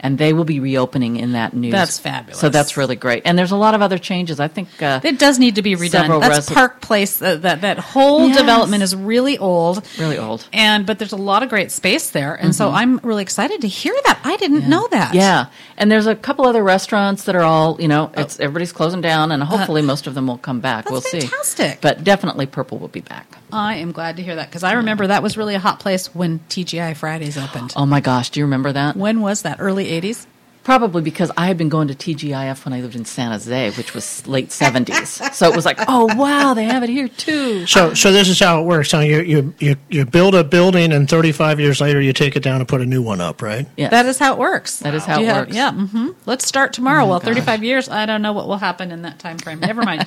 C: and they will be reopening in that news.
D: Uh-huh. That's fabulous.
C: So that's really great. And there's a lot of other changes. I think uh,
D: It does need to be redone.
C: Several
D: That's
C: resi-
D: Park Place. Uh, that that whole
C: Yes.
D: development is really old,
C: Really old.
D: And but there's a lot of great space there, and so I'm really excited to hear that. I didn't know that.
C: Yeah, and there's a couple other restaurants that are all you know. It's everybody's closing down, and hopefully most of them will come back.
D: Oh. Uh, That's
C: we'll see.
D: fantastic.
C: But definitely Purple will be back.
D: I am glad to hear that because I remember that was really a hot place when TGI Fridays opened.
C: Oh my gosh, do you remember that?
D: When was that? Early '80s.
C: Probably because I had been going to TGIF when I lived in San Jose, which was late
D: [laughs]
C: '70s. so it was like, oh wow, they have it here too.
E: So, so this is how it works. So you, you, you, you build a building, and 35 years later, you take it down and put a new one up, right?
C: Yes.
D: That is how it works.
C: That is how
D: Do you
C: it
D: have-
C: works. Oh
D: yeah. hmm Let's start tomorrow. well, 35 years. I don't know what will happen in that time frame.
C: [laughs]
D: Never mind.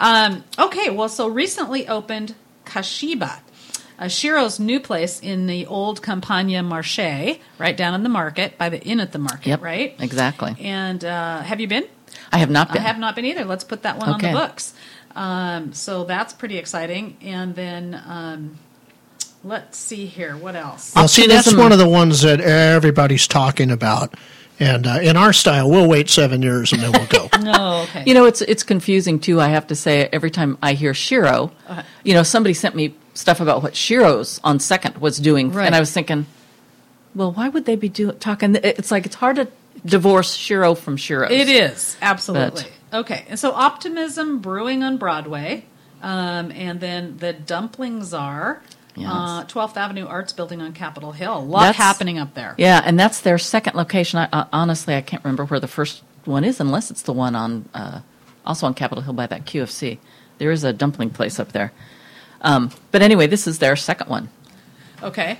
D: um, okay. Well, so recently opened Kashiba, uh, Shiro's new place in the old Campagna Marché, right down in the market by the inn at the market.
C: Yep,
D: Right.
C: exactly.
D: And uh, have you been?
C: I have not been.
D: I have not been either. Let's put that one
C: Okay.
D: on the books. Um, so that's pretty exciting. And then um, let's see here. What else?
C: Oh.
E: Well, see, that's
C: Optimism.
E: one of the ones that everybody's talking about. And uh, in our style, we'll wait seven years and then
C: [laughs]
E: we'll go.
D: Oh, okay.
C: You know, it's it's confusing too. I have to say, every time I hear Shiro,
D: Uh-huh.
C: you know, somebody sent me stuff about what Shiro's on Second was doing,
D: Right.
C: and I was thinking, well, why would they be do- talking? It's like it's hard to divorce Shiro from Shiro's.
D: It is absolutely okay. And so, optimism brewing on Broadway, um, and then the Dumpling Czar, uh,
C: Yes.
D: 12th Avenue Arts Building on Capitol Hill. A lot
C: That's-
D: happening up there.
C: Yeah, and that's their second location. I, uh, honestly, I can't remember where the first one is, unless it's the one on uh, also on Capitol Hill by that QFC. There is a dumpling place up there. Um, but anyway, this is their second one.
D: Okay.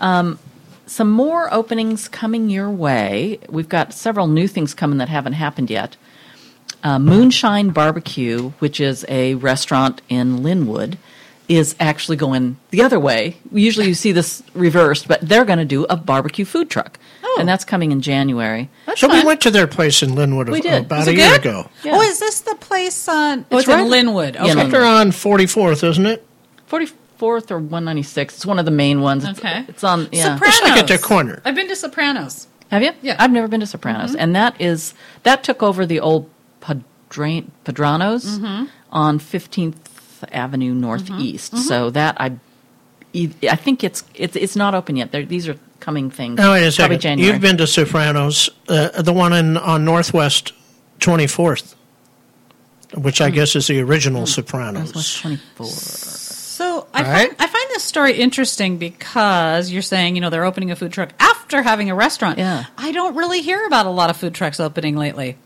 C: some more openings coming your way. We've got several new things coming that haven't happened yet. Uh, Moonshine Barbecue, which is a restaurant in Linwood, is actually going the other way. Usually you see this reversed, but they're going to do a barbecue food truck. And that's coming in January.
E: so we went to their place in Linwood
C: We
E: a-
C: did.
E: about
C: Was
E: a
C: it
E: year
D: Good.
E: ago.
C: Yeah.
D: Oh, is this the place on? Oh, it's,
C: It's
D: in
C: right-
D: Linwood.
C: Yeah,
D: Okay.
C: Linwood.
E: They're on 44th, isn't it?
C: 44th or 196. It's one of the main ones. It's-
D: Okay.
C: It's on, yeah.
D: Sopranos.
E: It's like at the corner.
D: I've been to Sopranos.
C: Have you?
D: Yeah.
C: I've never been to Sopranos, and that is that took over the old Padre, Padranos on Fifteenth Avenue Northeast. So that I, e- I think it's it's it's not open yet. There, these are coming things.
E: No, wait a
C: Probably
E: second.
C: January.
E: You've been to Sopranos, uh, the one in, on Northwest 24th, which
C: Hmm.
E: I guess is the original Sopranos.
C: twenty four.
D: So I
E: All right.
D: find, I find this story interesting because you're saying you know they're opening a food truck after having a restaurant.
C: Yeah.
D: I don't really hear about a lot of food trucks opening lately.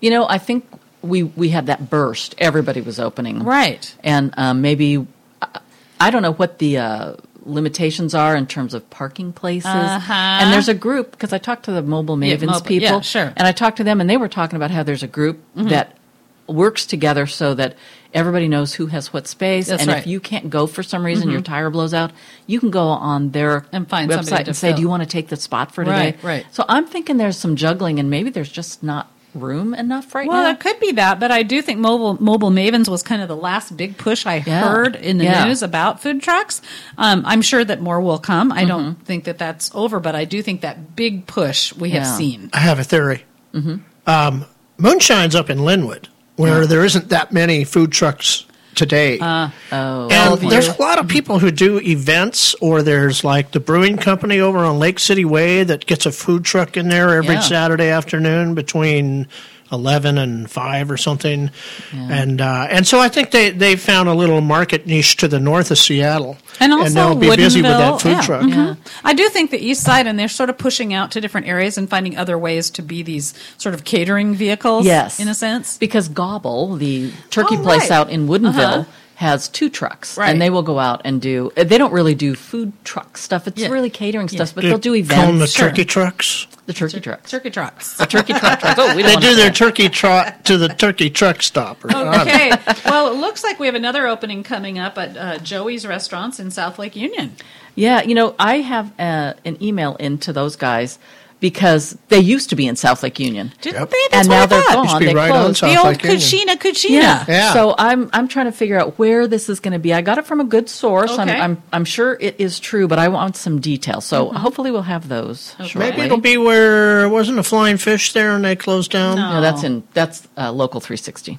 C: You know, I think we we had that burst. Everybody was opening,
D: Right.
C: And um, maybe I- I don't know what the uh, limitations are in terms of parking places.
D: Uh-huh.
C: And there's a group because I talked to the Mobile
D: Yeah,
C: Mavens
D: mobile-
C: people,
D: yeah, sure. Mm-hmm.
C: and I talked to them, and they were talking about how there's a group that works together so that everybody knows who has what space.
D: That's
C: and
D: right. Mm-hmm.
C: if you can't go for some reason, your tire blows out, you can go on their
D: And find somebody
C: website
D: to
C: and say,
D: fill.
C: "Do you want to take the spot for today?"
D: Right, right.
C: So I'm thinking there's some juggling, and maybe there's just not room enough right
D: Well,
C: now.
D: it could be that, but I do think mobile mobile mavens was kind of the last big push I
C: Yeah.
D: heard in the
C: Yeah.
D: news about food trucks. Um, I'm sure that more will come. I don't
C: Mm-hmm.
D: think that that's over, but I do think that big push we
C: Yeah.
D: have seen.
E: I have a theory. Um, Moonshine's up in Linwood, where there isn't that many food trucks today.
C: oh,
E: and
C: yeah.
E: there's a lot of people who do events, or there's like the brewing company over on Lake City Way that gets a food truck in there every
C: Yeah.
E: Saturday afternoon between eleven and five or something, and uh, and so I think they they found a little market niche to the north of Seattle,
D: And also,
E: they'll be busy with
D: Woodinville-
E: that food
D: yeah,
E: truck.
C: Mm-hmm.
D: mhm. I do think the East Side, and they're sort of pushing out to different areas and finding other ways to be these sort of catering vehicles.
C: Yes.
D: in a sense.
C: Because Gobble, the turkey
D: Oh,
C: place
D: right.
C: out in Woodinville,
D: Uh-huh.
C: has two trucks.
D: Right.
C: And they will go out and do, uh, they don't really do food truck stuff. It's
D: Yeah.
C: really catering stuff, but
E: They
C: they'll do
E: Call them the
C: events.
E: turkey trucks.
C: The turkey trucks.
D: Turkey trucks.
C: The [laughs] turkey truck trucks.
E: [laughs]
C: Oh, we don't
E: They
C: wanna
E: do their
C: say.
E: turkey trot to the turkey truck stop. Or
D: Okay. well, it looks like we have another opening coming up at uh, Joey's Restaurants in South Lake Union.
C: Yeah, you know, I have uh, an email into those guys because they used to be in South Lake Union.
D: Didn't
E: Yep.
D: they? eh, That's
C: And
D: what
C: now
D: I
C: they're
D: thought.
C: gone.
E: be
C: They
E: right on
C: closed.
E: South
D: The old
E: Lake Union.
D: Kuchina
C: [laughs]
D: Kuchina.
C: Yeah.
E: Yeah.
C: So I'm I'm trying to figure out where this is going to be. I got it from a good source. I'm,
D: Okay. Mm-hmm.
C: I'm I'm sure it is true, but I want some detail. So hopefully we'll have those. Shortly.
E: Maybe it'll be where wasn't a flying fish there and they closed down.
D: No.
C: No, that's in that's uh, local 360.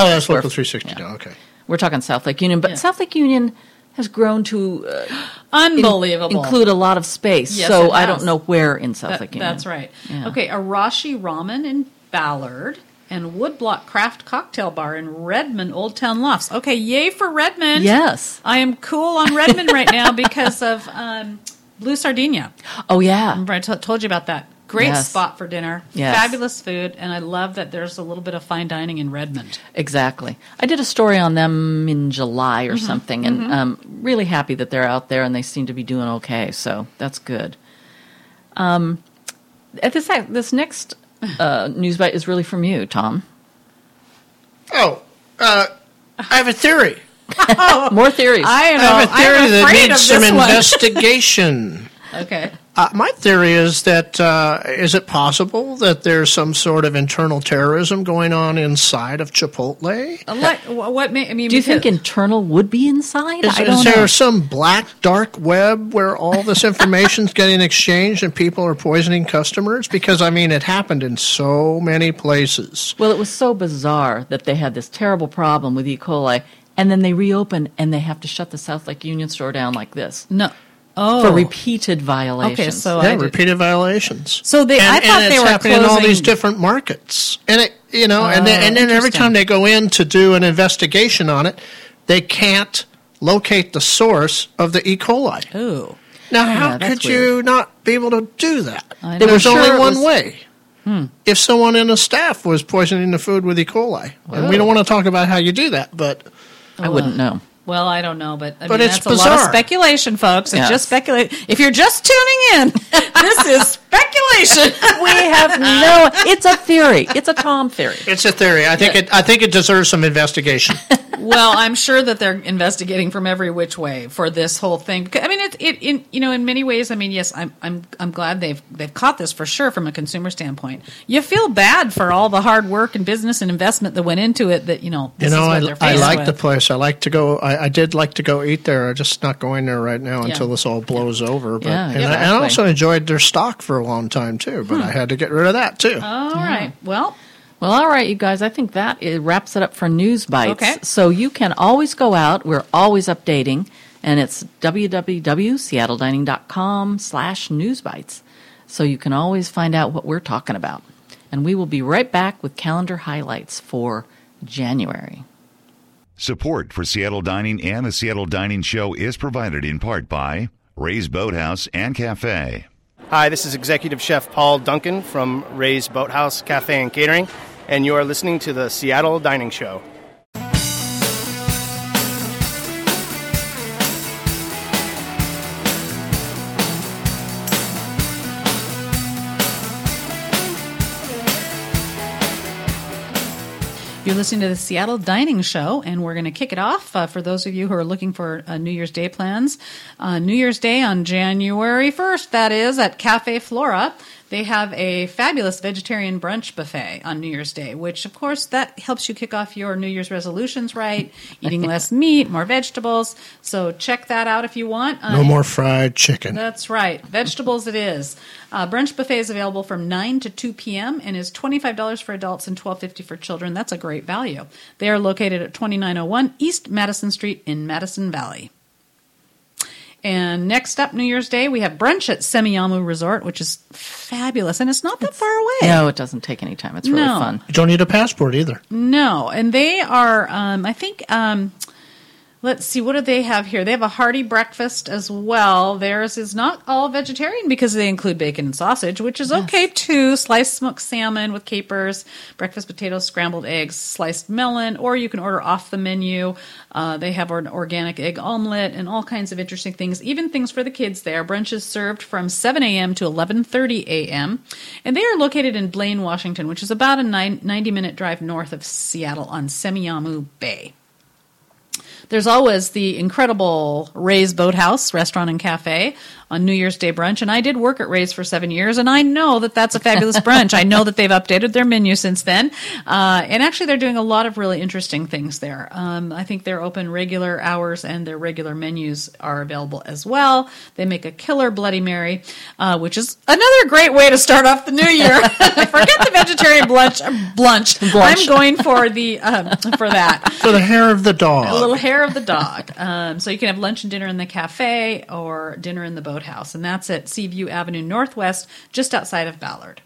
E: Oh, that's local 360.
C: Yeah.
E: now, Okay.
C: We're talking South Lake Union, but South Lake Union has grown to uh, in-
D: Unbelievable.
C: include a lot of space.
D: Yes,
C: so
D: it
C: I
D: has.
C: don't know where in South
D: That-
C: Lake Union.
D: that's right.
C: Yeah.
D: Okay, Arashi Ramen in Ballard and Woodblock Craft Cocktail Bar in Redmond, Old Town Lofts. Okay, yay for Redmond.
C: Yes.
D: I am cool on Redmond right now because of um, Blue Sardinia.
C: Oh yeah.
D: Remember, I t- told you about that. Great
C: Yes.
D: spot for dinner.
C: Yes.
D: Fabulous food. And I love that there's a little bit of fine dining in Redmond.
C: Exactly. I did a story on them in July or something, and um, really happy that they're out there and they seem to be doing okay. So that's good. Um, at this this next uh, news bite is really from you, Tom.
E: Oh, uh, I have a theory.
C: More theories.
D: Oh, I, know,
E: I have a theory
D: I'm
E: that
D: afraid of
E: needs some
D: this one.
E: investigation.
C: [laughs]
D: Okay.
E: [laughs] Uh, my theory is that uh, is it possible that there's some sort of internal terrorism going on inside of Chipotle?
D: Uh, What, wh- what may, I mean,
C: Do you
D: because-
C: think internal would be inside?
E: Is,
C: I
E: is
C: don't
E: there
C: know.
E: some black dark web where all this information's [laughs] getting exchanged and people are poisoning customers? Because I mean, it happened in so many places.
C: Well, it was so bizarre that they had this terrible problem with E. coli, and then they reopen and they have to shut the South Lake Union store down like this
D: No. Oh.
C: for repeated violations.
D: Okay, so I
E: Yeah,
D: did-
E: repeated violations.
D: So they- I thought
E: and
D: they
E: it's
D: were
E: happening in all
D: closing-
E: these different markets, and it, you know, and then, and then every
D: interesting.
E: time they go in to do an investigation on it, they can't locate the source of the E. coli.
D: Ooh.
E: Now, how
C: that's
E: could you not be able to do that?
D: I know.
E: There's
C: They were sure
E: only
C: it
E: one
C: was-
E: way.
D: Hmm.
E: If someone in the staff was poisoning the food with E. coli, and we
C: Whoa.
D: Oh.
E: don't want to talk about how you do that, but
C: I wouldn't
D: uh,
C: know.
D: Well, I don't know, but I
E: But
D: mean,
E: it's
D: that's a lot of
E: bizarre.
D: speculation, folks. It's
C: Yes.
D: just speculation. If you're just tuning [laughs] in, this is speculation. [laughs]
C: We have no. It's a theory. It's a Tom theory.
E: it's a theory. I think it. I think it deserves some [laughs] investigation.
D: well, I'm sure that they're investigating from every which way for this whole thing. Because, I mean, it, it in you know in many ways. I mean, yes, I'm I'm I'm glad they've they've caught this for sure from a consumer standpoint. You feel bad for all the hard work and business and investment that went into it. That you know,
E: You
D: this
E: know,
D: is what
E: I,
D: they're
E: I
D: faced
E: like
D: with.
E: the place. I like to go. I, I did like to go eat there. I'm just not going there right now until this all blows over. But
C: Yeah,
E: and, I, and I
C: exactly.
E: also enjoyed their stock for a long time too.
D: Hmm.
E: But I had to get rid of that too.
D: All right. Well,
C: Well, all right, you guys. I think that it wraps it up for News Bites.
D: Okay.
C: So you can always go out. We're always updating, and it's www.seattledining.com slash newsbites. So you can always find out what we're talking about. And we will be right back with calendar highlights for January.
A: Support for Seattle Dining and the Seattle Dining Show is provided in part by Ray's Boathouse and Cafe.
I: Hi, this is Executive Chef Paul Duncan from Ray's Boathouse Cafe and Catering, and you are listening to the Seattle Dining Show.
D: You're listening to the Seattle Dining Show, and we're going to kick it off uh, for those of you who are looking for uh, New Year's Day plans. Uh, New Year's Day on January 1st, that is, at Cafe Flora. They have a fabulous vegetarian brunch buffet on New Year's Day, which, of course, that helps you kick off your New Year's resolutions right,
E: [laughs]
D: eating less meat, more vegetables. So check that out if you want. Uh,
E: no more fried chicken.
D: that's right. Vegetables it is. Uh, brunch buffet is available from 9 to 2 p.m. and is $25 for adults and $12.50 for children. That's a great value. They are located at 2901 East Madison Street in Madison Valley. And next up, New Year's Day, we have brunch at Semiyamu Resort, which is fabulous. And it's not that far away.
C: No, it doesn't take any time. It's really
D: No.
C: fun.
E: You don't need a passport either.
D: No, and they are. Um, I think. Um, let's see. What do they have here? They have a hearty breakfast as well. Theirs is not all vegetarian because they include bacon and sausage, which is okay too. Sliced smoked salmon with capers, breakfast potatoes, scrambled eggs, sliced melon, or you can order off the menu. Uh, they have an organic egg omelet and all kinds of interesting things, even things for the kids. There, brunch is served from 7 a.m. to 11:30 a.m. and they are located in Blaine, Washington, which is about a nine, 90-minute drive north of Seattle on Semiyamu Bay. There's always the incredible Ray's Boathouse restaurant and cafe on New Year's Day brunch. And I did work at Ray's for seven years, and I know that that's a fabulous brunch. I know that they've updated their menu since then. Uh, and actually, they're doing a lot of really interesting things there. Um, I think they're open regular hours and their regular menus are available as well. They make a killer Bloody Mary, uh, which is another great way to start off the new year. [laughs] Forget the vegetarian blunch. Blunch. I'm going for the um, for that.
E: So the hair of the
D: A
E: dog.
D: little hair [laughs] of the dog. Um, so you can have lunch and dinner in the cafe or dinner in the boathouse. And that's at Seaview Avenue Northwest, just outside of Ballard.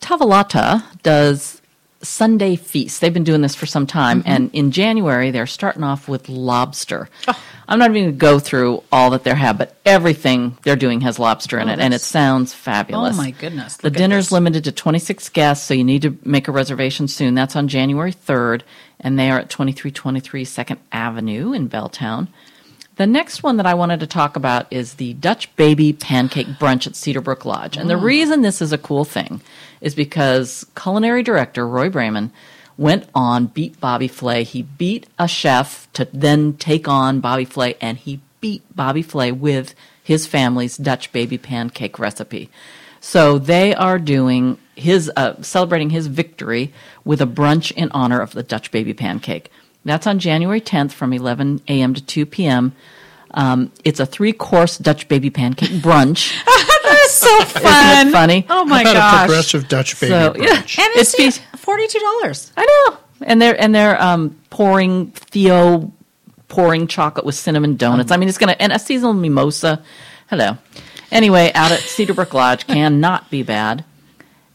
C: Tavalata does Sunday feast. They've been doing this for some time,
D: Mm-hmm.
C: and in January they're starting off with lobster.
D: Oh.
C: I'm not even going to go through all that they have, but everything they're doing has lobster in
D: Oh,
C: it, and it
D: that's- Oh,
C: sounds fabulous.
D: my goodness,
C: The
D: look at
C: dinner's
D: this.
C: limited to 26 guests, so you need to make a reservation soon. That's on January 3rd, and they are at 2323 Second Avenue in Belltown. The next one that I wanted to talk about is the Dutch Baby Pancake Brunch at Cedarbrook Lodge. And the reason this is a cool thing is because culinary director Roy Brayman went on, beat Bobby Flay. He beat a chef to then take on Bobby Flay, and he beat Bobby Flay with his family's Dutch baby pancake recipe. So they are doing his uh, celebrating his victory with a brunch in honor of the Dutch baby pancake. That's on January 10th from 11 a.m. to 2 p.m. Um, it's a three course Dutch baby
D: [laughs]
C: pancake brunch.
D: That is so fun.
C: Isn't it funny?
D: Oh my
E: How about a
D: gosh.
E: progressive Dutch baby
C: So, yeah.
E: brunch?
D: And
C: It's
D: it's,
C: fees-
D: forty-two dollars.
C: I know. And they're and they're um, pouring Theo pouring chocolate with cinnamon
D: Um.
C: donuts. I mean, it's gonna and a seasonal mimosa. Hello. Anyway, out at Cedarbrook Lodge cannot be bad.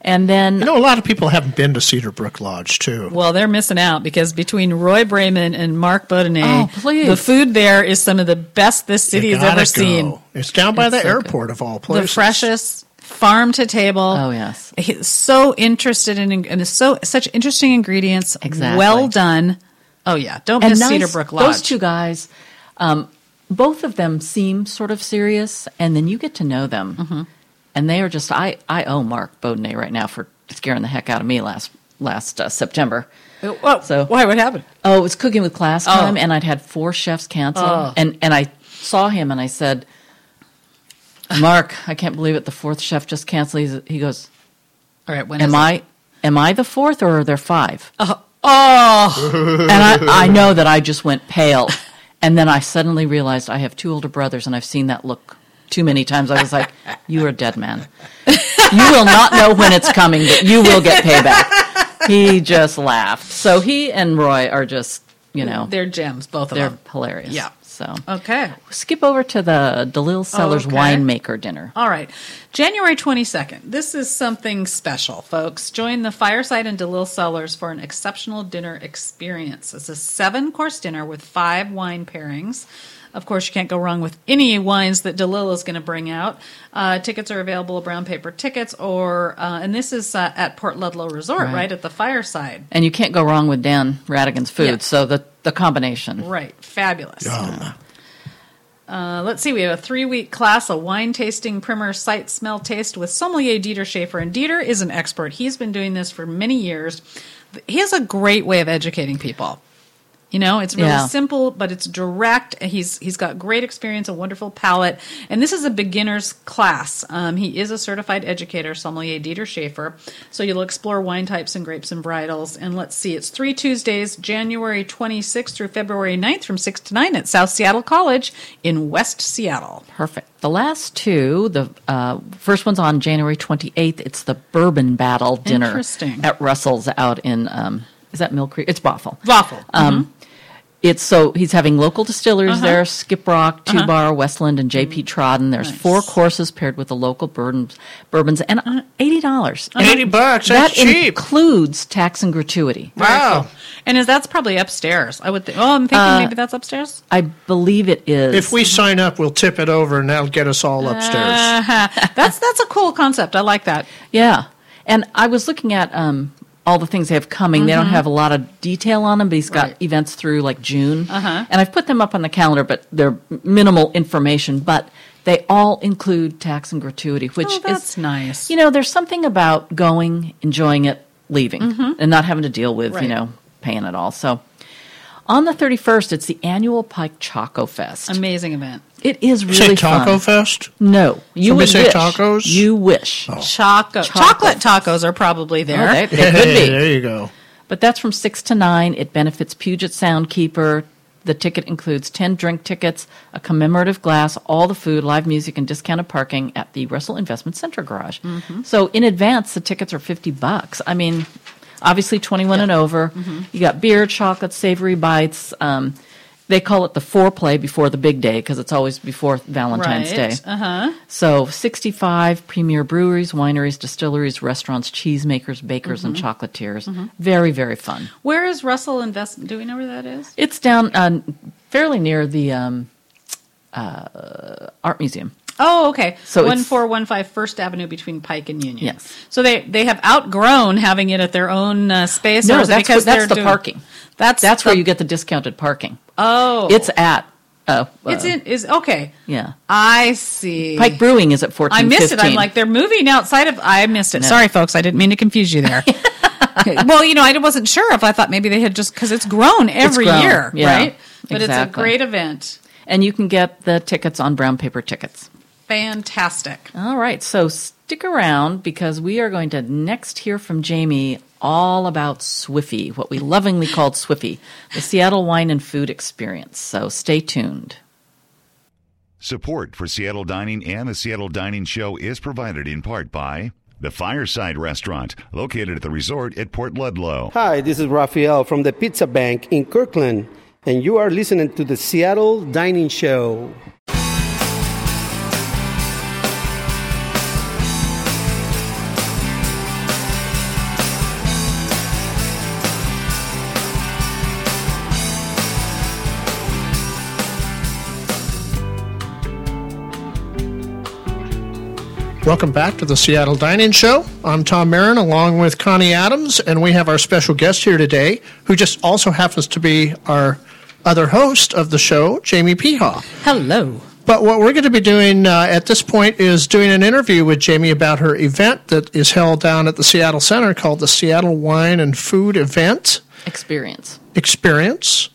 C: And then
E: You know, a lot of people haven't been to Cedar Brook Lodge too.
D: Well, they're missing out because between Roy Brayman and Mark Bodenay,
C: Oh, please.
D: the food there is some of the best this
E: You
D: city has
E: gotta
D: ever
E: go.
D: seen.
E: It's down by
D: It's
E: the
D: so
E: airport of all
D: The
E: places.
D: freshest farm to table.
C: Oh, yes.
D: He's so interested in and it's so such interesting ingredients.
C: Exactly.
D: Well done. Oh yeah, don't miss Cedar Brook Lodge.
C: Those two guys, um, both of them seem sort of serious, and then you get to know them,
D: Mm-hmm.
C: and they are just. I I owe Mark Bodenay right now for scaring the heck out of me last last uh, September.
D: Whoa,
C: So-
D: Oh, why? What happened?
C: Oh, it was cooking with class time, and I'd had four chefs cancel, and and I saw him, and I said, "Mark, I can't believe it. The fourth chef just canceled." He's, he goes,
D: All right, when
C: "Am
D: is it?
C: I am I the fourth, or are there five?
D: Uh, Oh,
C: [laughs] and I, I know that I just went pale. And then I suddenly realized I have two older brothers, and I've seen that look too many times. I was like, [laughs] "You are a dead man. You will not know when it's coming, but you will get payback." He just laughed. So he and Roy are just, you know, they're,
D: they're gems, both of them.
C: hilarious.
D: Yeah.
C: So
D: Okay.
C: skip over to the DeLille Sellers
D: Okay.
C: winemaker dinner.
D: All right. January 22nd. This is something special, folks. Join the Fireside and DeLille Cellars for an exceptional dinner experience. It's a seven course dinner with five wine pairings. Of course, you can't go wrong with any wines that DeLille is going to bring out. Uh, tickets are available at Brown Paper Tickets, or, uh, and this is uh, at Port Ludlow Resort,
C: Right.
D: right at the Fireside.
C: And you can't go wrong with Dan Radigan's food.
D: Yeah.
C: So the the combination.
D: Right. Fabulous. Uh, let's see. We have a three-week class, a wine tasting, primer, sight, smell, taste with sommelier Dieter Schaefer, and Dieter is an expert. He's been doing this for many years. He has a great way of educating people. You know, it's really
C: Yeah.
D: simple, but it's direct. He's he's got great experience, a wonderful palate, and this is a beginner's class. Um, he is a certified educator, sommelier Dieter Schaefer. So you'll explore wine types and grapes and varietals. And let's see, it's three Tuesdays, January 26th through February 9th, from six to nine at South Seattle College in West Seattle.
C: Perfect. The last two, the uh, first one's on January 28th. It's the Bourbon Battle Dinner
D: Interesting.
C: at Russell's out in, um, is that Mill Creek? It's Bothell.
D: Waffle.
E: Mm-hmm.
C: Um, It's so he's having local distillers
E: Uh-huh.
C: there: Skip Rock, Two Bar, Westland, and J.P.
E: Mm.
C: Trodden. There's four courses paired with the local bourbons, bourbons and uh, eighty dollars.
E: Eighty bucks.
C: That
E: That's cheap.
C: includes tax and gratuity.
E: wow.
D: and is that's probably upstairs? I would. Think, oh, I'm thinking
C: Uh,
D: maybe that's upstairs.
C: I believe it is.
E: If we sign up, we'll tip it over, and that'll get us all upstairs.
D: Ah, That's that's a cool concept. I like that.
C: Yeah. And I was looking at um, all the things they have coming. They
E: Mm-hmm.
C: don't have a lot of detail on them, but he's got
D: Right.
C: events through like June.
E: Uh-huh.
C: And I've put them up on the calendar, but they're minimal information. But they all include tax and gratuity, which
D: Oh,
C: is
D: that's nice.
C: You know, there's something about going, enjoying it, leaving,
E: Mm-hmm.
C: and not having to deal with, you
D: Right.
C: know, paying it all. So on the 31st, it's the annual Pike Choco Fest.
D: Amazing event.
C: It is
E: Um, You say
C: really fun.
E: Taco Fest?
C: No, you
E: Somebody
C: would
E: say
C: wish.
E: tacos? Oh.
C: You wish.
D: Choco- chocolate tacos are probably there.
C: Oh, they, they could
E: Hey,
C: be.
E: [laughs] there you go.
C: But that's from 6 to 9. It benefits Puget Sound Keeper. The ticket includes 10 drink tickets, a commemorative glass, all the food, live music, and discounted parking at the Russell Investment Center garage. So in advance, the tickets are 50 bucks. I mean, obviously 21 and over. You got beer, chocolate, savory bites. Um, they call it the foreplay before the big day because it's always before Valentine's
D: Right.
C: Day.
D: Uh-huh.
C: So, 65 premier breweries, wineries, distilleries, restaurants, cheesemakers, bakers, and
D: Mm-hmm.
C: chocolatiers. Very, very fun.
D: Where is Russell Investment? Do we know where that is?
C: It's down uh, fairly near the um, uh, art museum.
D: Oh, okay.
C: So
D: So
C: it's-
D: one four one five First Avenue between Pike and Union.
C: Yes.
D: So they they have outgrown having it at their own uh, space.
C: No,
D: or is it
C: that's what-
D: because
C: that's
D: they're
C: the
D: doing-
C: parking.
D: That's
C: That's
D: the-
C: where you get the discounted parking.
D: Oh,
C: It's at. Uh,
D: it's
C: uh,
D: in is okay.
C: Yeah.
D: I see.
C: Pike Brewing is at 14.
D: I missed it. I'm like they're moving outside of. I missed it. Sorry, folks. I didn't mean to confuse
C: [laughs]
D: you there. well, you know, I wasn't sure if I thought maybe they had just because it's grown every
C: grown,
D: year,
C: yeah,
D: right? But it's a
C: exactly.
D: great event.
C: and you can get the tickets on brown paper tickets.
D: Fantastic.
C: All right, so stick around because we are going to next hear from Jamie all about Swiffy, what we lovingly called Swiffy, the Seattle wine and food experience. So stay tuned.
A: Support for Seattle Dining and the Seattle Dining Show is provided in part by the Fireside Restaurant, located at the resort at Port Ludlow.
J: Hi, this is Rafael from the Pizza Bank in Kirkland, and you are listening to the Seattle Dining Show.
E: Welcome back to the Seattle Dining Show. I'm Tom Marin along with Connie Adams, and we have our special guest here today, who just also happens to be our other host of the show, Jamie Piha.
D: Hello.
E: But what we're going to be doing uh, at this point is doing an interview with Jamie about her event that is held down at the Seattle Center called the Seattle Wine and Food Event
C: Experience.
E: Experience.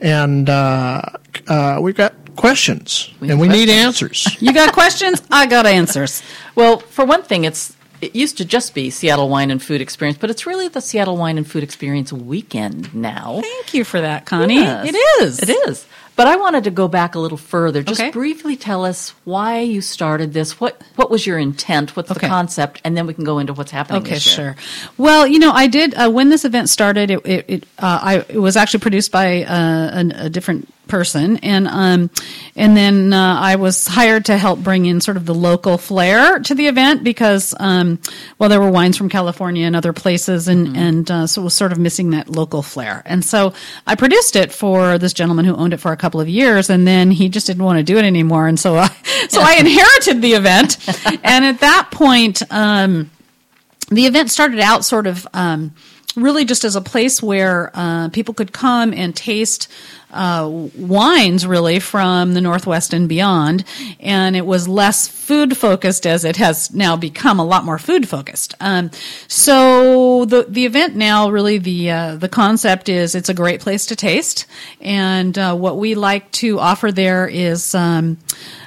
E: And uh, uh, we've got questions,
C: We have
E: and we need
C: questions.
E: answers.
D: You got questions? I got answers.
C: Well, for one thing, it's it used to just be Seattle Wine and Food Experience, but it's really the Seattle Wine and Food Experience weekend now.
D: Thank you for that, Connie.
C: Yes.
D: It is.
C: It is. But I wanted to go back a little further. Just
D: Okay.
C: briefly tell us why you started this. What what was your intent? What's
D: Okay.
C: the concept? And then we can go into what's happening.
D: Okay,
C: this year.
D: sure. Well, you know, I did uh, when this event started. It it, it, uh, I, it was actually produced by uh, an, a different person, and um, and then uh, I was hired to help bring in sort of the local flair to the event because um, well, there were wines from California and other places, and
C: Mm-hmm.
D: and uh, so it was sort of missing that local flair, and so I produced it for this gentleman who owned it for a couple of years, and then he just didn't want to do it anymore, and so I [laughs]
C: [laughs]
D: so I inherited the event, and at that point. Um, the event started out sort of um, really just as a place where uh, people could come and taste uh, wines really from the Northwest and beyond. And it was less food focused as it has now become a lot more food focused. Um, so the, the event now really the, uh, the concept is it's a great place to taste. And uh, what we like to offer there is um,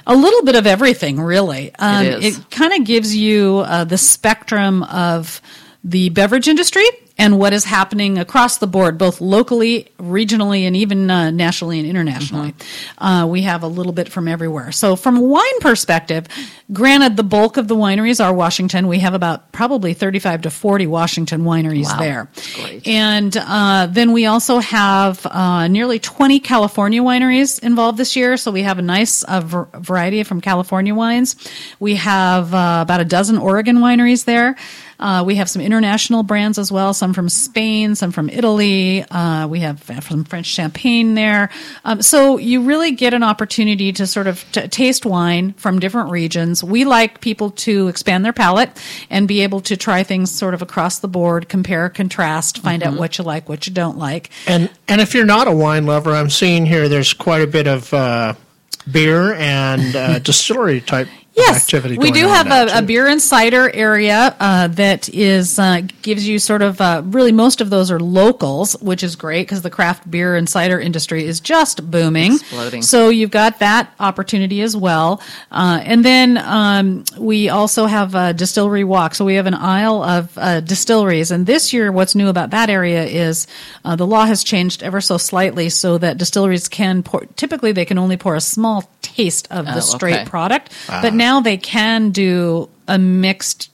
D: a little bit of everything really. Um,
C: is.
D: it kind of gives you uh, the spectrum of the beverage industry and what is happening across the board, both locally, regionally, and even uh, nationally and internationally. Uh, we have a little bit from everywhere. So, from a wine perspective, granted, the bulk of the wineries are Washington. We have about probably 35 to 40 Washington wineries there. And uh, then we also have uh, nearly 20 California wineries involved this year. So we have a nice uh, ver- variety from California wines. We have uh, about a dozen Oregon wineries there. Uh, we have some international brands as well, some from Spain, some from Italy. Uh, we have some French champagne there. Um, so you really get an opportunity to sort of t- taste wine from different regions. We like people to expand their palate and be able to try things sort of across the board, compare, contrast, find out what you like, what you don't like.
E: And and if you're not a wine
D: [laughs]
E: lover, I'm seeing here there's quite a bit of uh, beer and uh, distillery type
D: Yes,
E: activity.
D: we
E: going
D: do
E: on
D: have
E: now,
D: a, a
E: too.
D: beer and cider area uh, that is uh, gives you sort of uh, really most of those are locals, which is great because the craft beer and cider industry is just booming,
C: Exploding.
D: So you've got that opportunity as well, uh, and then um, we also have a distillery walk. So we have an aisle of uh, distilleries, and this year, what's new about that area is uh, the law has changed ever so slightly, so that distilleries can pour. Typically, they can only pour a small taste of
C: Oh,
D: the straight
C: okay.
D: product, but now they can do a mixed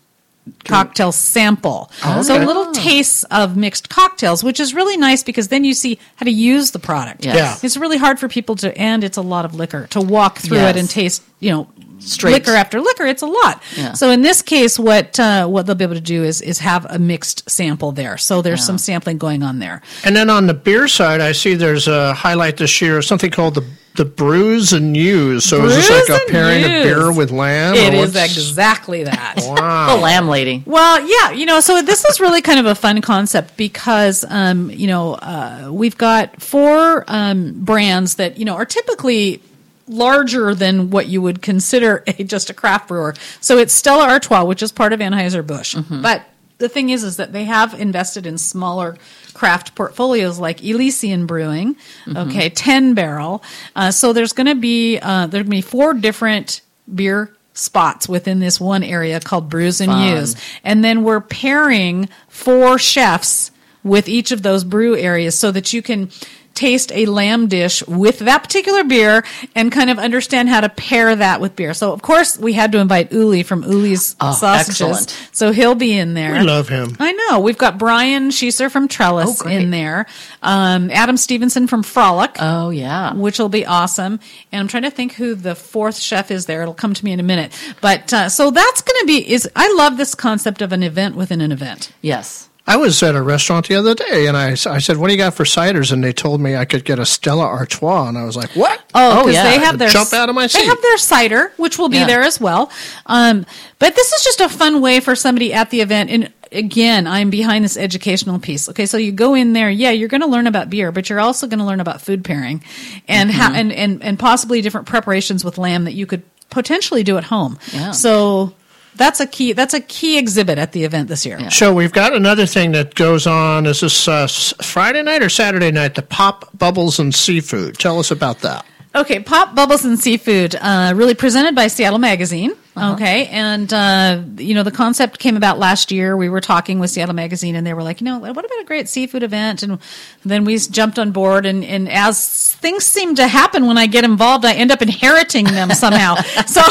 D: cocktail sample. So
E: okay.
D: little tastes of mixed cocktails, which is really nice because then you see how to use the product.
C: Yes. Yeah.
D: It's really hard for people to and it's a lot of liquor to walk through
C: Yes.
D: it and taste, you know,
C: Straight.
D: liquor after liquor, it's a lot.
C: Yeah.
D: So in this case what uh, what they'll be able to do is is have a mixed sample there. So there's some sampling going on there.
E: And then on the beer side, I see there's a highlight this year of something called the the brews and use. So is
D: Brews
E: this like
D: and
E: a pairing of
D: News.
E: beer with lamb?
D: It
E: or
D: is
E: what's-
D: exactly that.
C: The lamb lady.
D: Well, yeah, you know, so this is really kind of a fun concept because, um, you know, uh, we've got four um, brands that, you know, are typically larger than what you would consider [laughs] a, just a craft brewer. So it's Stella Artois, which is part of Anheuser-Busch. But the thing is, is that they have invested in smaller craft portfolios like Elysian Brewing, okay, 10 barrel. Uh, so there's going to be, uh, there're going to be four different beer spots within this one area called brews and use and then we're pairing four chefs with each of those brew areas so that you can taste a lamb dish with that particular beer and kind of understand how to pair that with beer so of course we had to invite uli from uli's sausages
C: excellent.
D: so he'll be in there
E: We love him.
D: I know. We've got Brian Sheeser from Trellis
C: Oh, great.
D: in there, um, Adam Stevenson from Frolic, uh,
C: Oh yeah.
D: which will be awesome. And I'm trying to think who the fourth chef is there. It'll come to me in a minute. But uh, so that's going to be is I love this concept of an event within an event.
C: Yes.
E: I was at a restaurant the other day, and I, s- I said, "What do you got for ciders?" And they told me I could get a Stella Artois, and I was like, "What?
D: Oh,
C: Oh,
D: because
C: yeah.
D: they have their
E: Jump out of my
D: They
E: seat.
D: have their cider, which will be
C: Yeah.
D: there as well. Um, but this is just a fun way for somebody at the event. And again, I'm behind this educational piece. Okay, so you go in there. Yeah, you're going to learn about beer, but you're also going to learn about food pairing and how
C: Mm-hmm.
D: and, and and possibly different preparations with lamb that you could potentially do at home.
C: Yeah.
D: So that's a key. That's a key exhibit at the event this year.
E: So we've got another thing that goes on. Is this uh, s- Friday night or Saturday night? The Pop Bubbles and Seafood. Tell us about that.
D: Okay, Pop Bubbles and Seafood, uh, really presented by Seattle Magazine. Okay, and uh, you know the concept came about last year. We were talking with Seattle Magazine, and they were like, you know, what about a great seafood event? And then we jumped on board, and, and as things seem to happen when I get involved, I end up inheriting them somehow. so,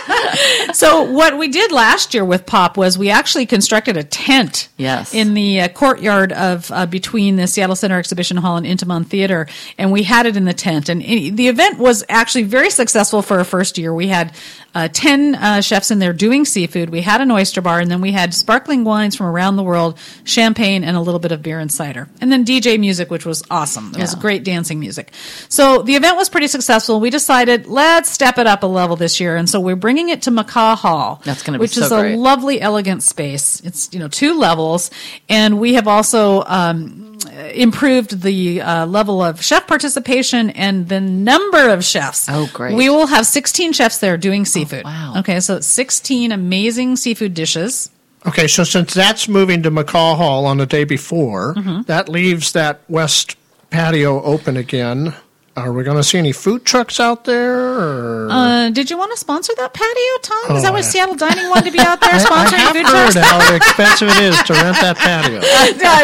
D: [laughs] so what we did last year with Pop was we actually constructed a tent.
C: Yes.
D: in the uh, courtyard of uh, between the Seattle Center Exhibition Hall and Intamon Theater, and we had it in the tent. And it, the event was actually very successful for our first year. We had uh, ten uh, chefs in there doing seafood. We had an oyster bar, and then we had sparkling wines from around the world, champagne, and a little bit of beer and cider, and then DJ music, which was awesome. It was
C: Yeah.
D: great dancing music. So the event was pretty successful. We decided let's step it up a level this year, and so we're bringing it to Macaw Hall.
C: That's gonna be
D: which
C: so
D: is
C: great.
D: a lovely, elegant space. It's you know two levels, and we have also um, improved the uh, level of chef participation and the number of chefs.
C: Oh, great. Oh,
D: We will have 16 chefs there doing seafood.
C: wow.
D: Okay, so it's 16 amazing seafood dishes.
E: Okay, so since that's moving to McCall Hall on the day before,
D: Mm-hmm.
E: that leaves that west patio open again. Are we going to see any food trucks out there? Or?
D: Uh, did you want to sponsor that patio, Tom? Is that
E: Oh,
D: what
E: I-
D: Seattle Dining wanted to be out there
E: [laughs] I
D: sponsoring
E: have
D: food
E: heard
D: trucks? [laughs]
E: how expensive it is to rent that patio.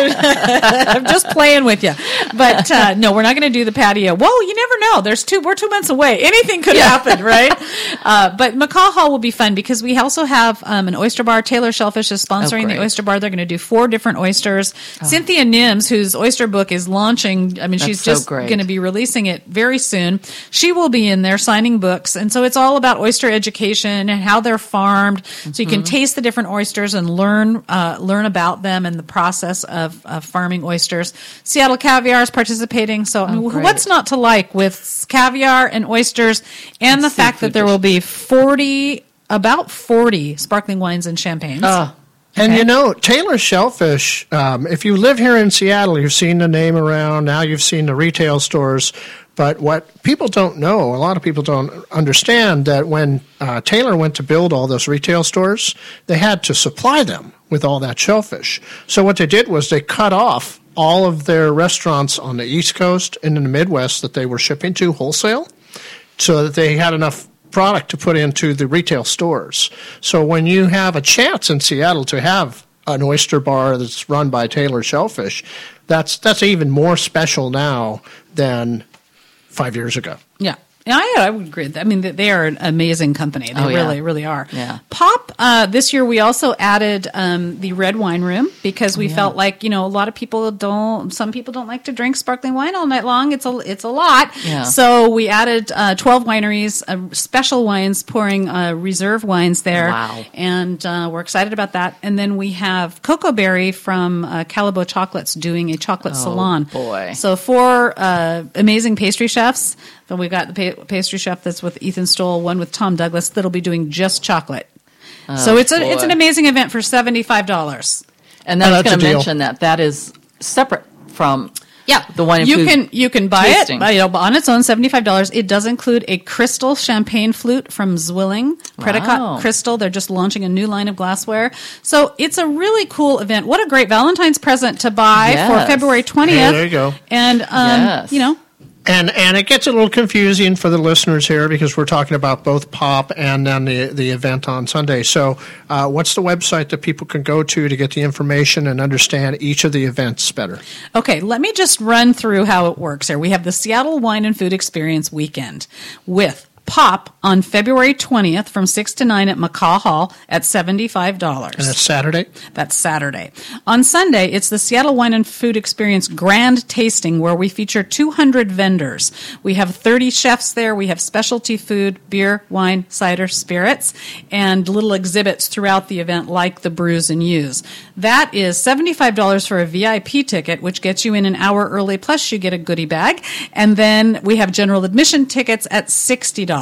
D: I'm just playing with you. But uh, no, we're not going to do the patio. Whoa, you never know. There's two. We're two months away. Anything could happen,
C: [laughs]
D: right? Uh, but Macaw Hall will be fun because we also have um, an oyster bar. Taylor Shellfish is sponsoring
C: Oh,
D: the
C: great. Oh.
D: oyster bar. They're going to do four different oysters. Cynthia Nims, whose oyster book is launching. I mean, she's
C: so
D: just
C: great.
D: going to be releasing it very soon. She will be in there signing books, and so it's all about oyster education and how they're farmed. So you can taste the different oysters and learn uh, learn about them and the process of, of farming oysters. Seattle Caviar is participating, so I mean,
C: great.
D: what's not to like with caviar and oysters, and the fact that there will be forty. About 40 sparkling wines and champagnes.
E: And you know, Taylor Shellfish, um, if you live here in Seattle, you've seen the name around. Now you've seen the retail stores. But what people don't know, a lot of people don't understand that when uh, Taylor went to build all those retail stores, they had to supply them with all that shellfish. So what they did was they cut off all of their restaurants on the East Coast and in the Midwest that they were shipping to wholesale so that they had enough product to put into the retail stores. So when you have a chance in Seattle to have an oyster bar that's run by Taylor Shellfish, that's that's even more special now than five years ago.
D: Yeah. And I, I would agree. with that. I mean, they- they are an amazing company. They
C: Oh, yeah.
D: really, really are.
C: Yeah.
D: Pop, uh, this year we also added um, the red wine room because
C: Oh,
D: we felt like, you know, a lot of people don't, some people don't like to drink sparkling wine all night long. It's a, it's a lot.
C: Yeah.
D: So we added uh, 12 wineries, uh, special wines, pouring uh, reserve wines there.
C: Wow.
D: And uh, we're excited about that. And then we have Cocoa Berry from uh, Calibo Chocolates doing a chocolate salon.
C: Oh, boy.
D: So four uh, amazing pastry chefs. Then we've got the pa- pastry chef that's with Ethan Stoll, one with Tom Douglas that'll be doing just chocolate. so it's a it's
C: Oh, boy.
D: an amazing event for seventy five dollars.
C: And then
E: Oh,
C: I was
E: that's a
C: going to
E: deal.
C: mention that that is separate from
D: Yeah,
C: the wine. and
D: you
C: food
D: can you can buy
C: tasting.
D: it uh, you know, on its own seventy five dollars. It does include a crystal champagne flute from Zwilling Predicot
C: Wow.
D: Crystal. They're just launching a new line of glassware, so it's a really cool event. What a great Valentine's present to buy for
C: Yes.
D: February twentieth.
E: Yeah, there you go.
D: And um,
C: Yes.
D: you know,
E: And and it gets a little confusing for the listeners here because we're talking about both pop and then the the event on Sunday. So, uh, what's the website that people can go to to get the information and understand each of the events better?
D: Okay, let me just run through how it works here. We have the Seattle Wine and Food Experience weekend with Pop on February 20th from 6 to 9 at McCaw Hall at $75.
E: And it's Saturday.
D: That's Saturday. On Sunday, it's the Seattle Wine and Food Experience Grand Tasting, where we feature 200 vendors. We have 30 chefs there. We have specialty food, beer, wine, cider, spirits, and little exhibits throughout the event, like the brews and use. That is $75 for a VIP ticket, which gets you in an hour early, plus you get a goodie bag. And then we have general admission tickets at $60.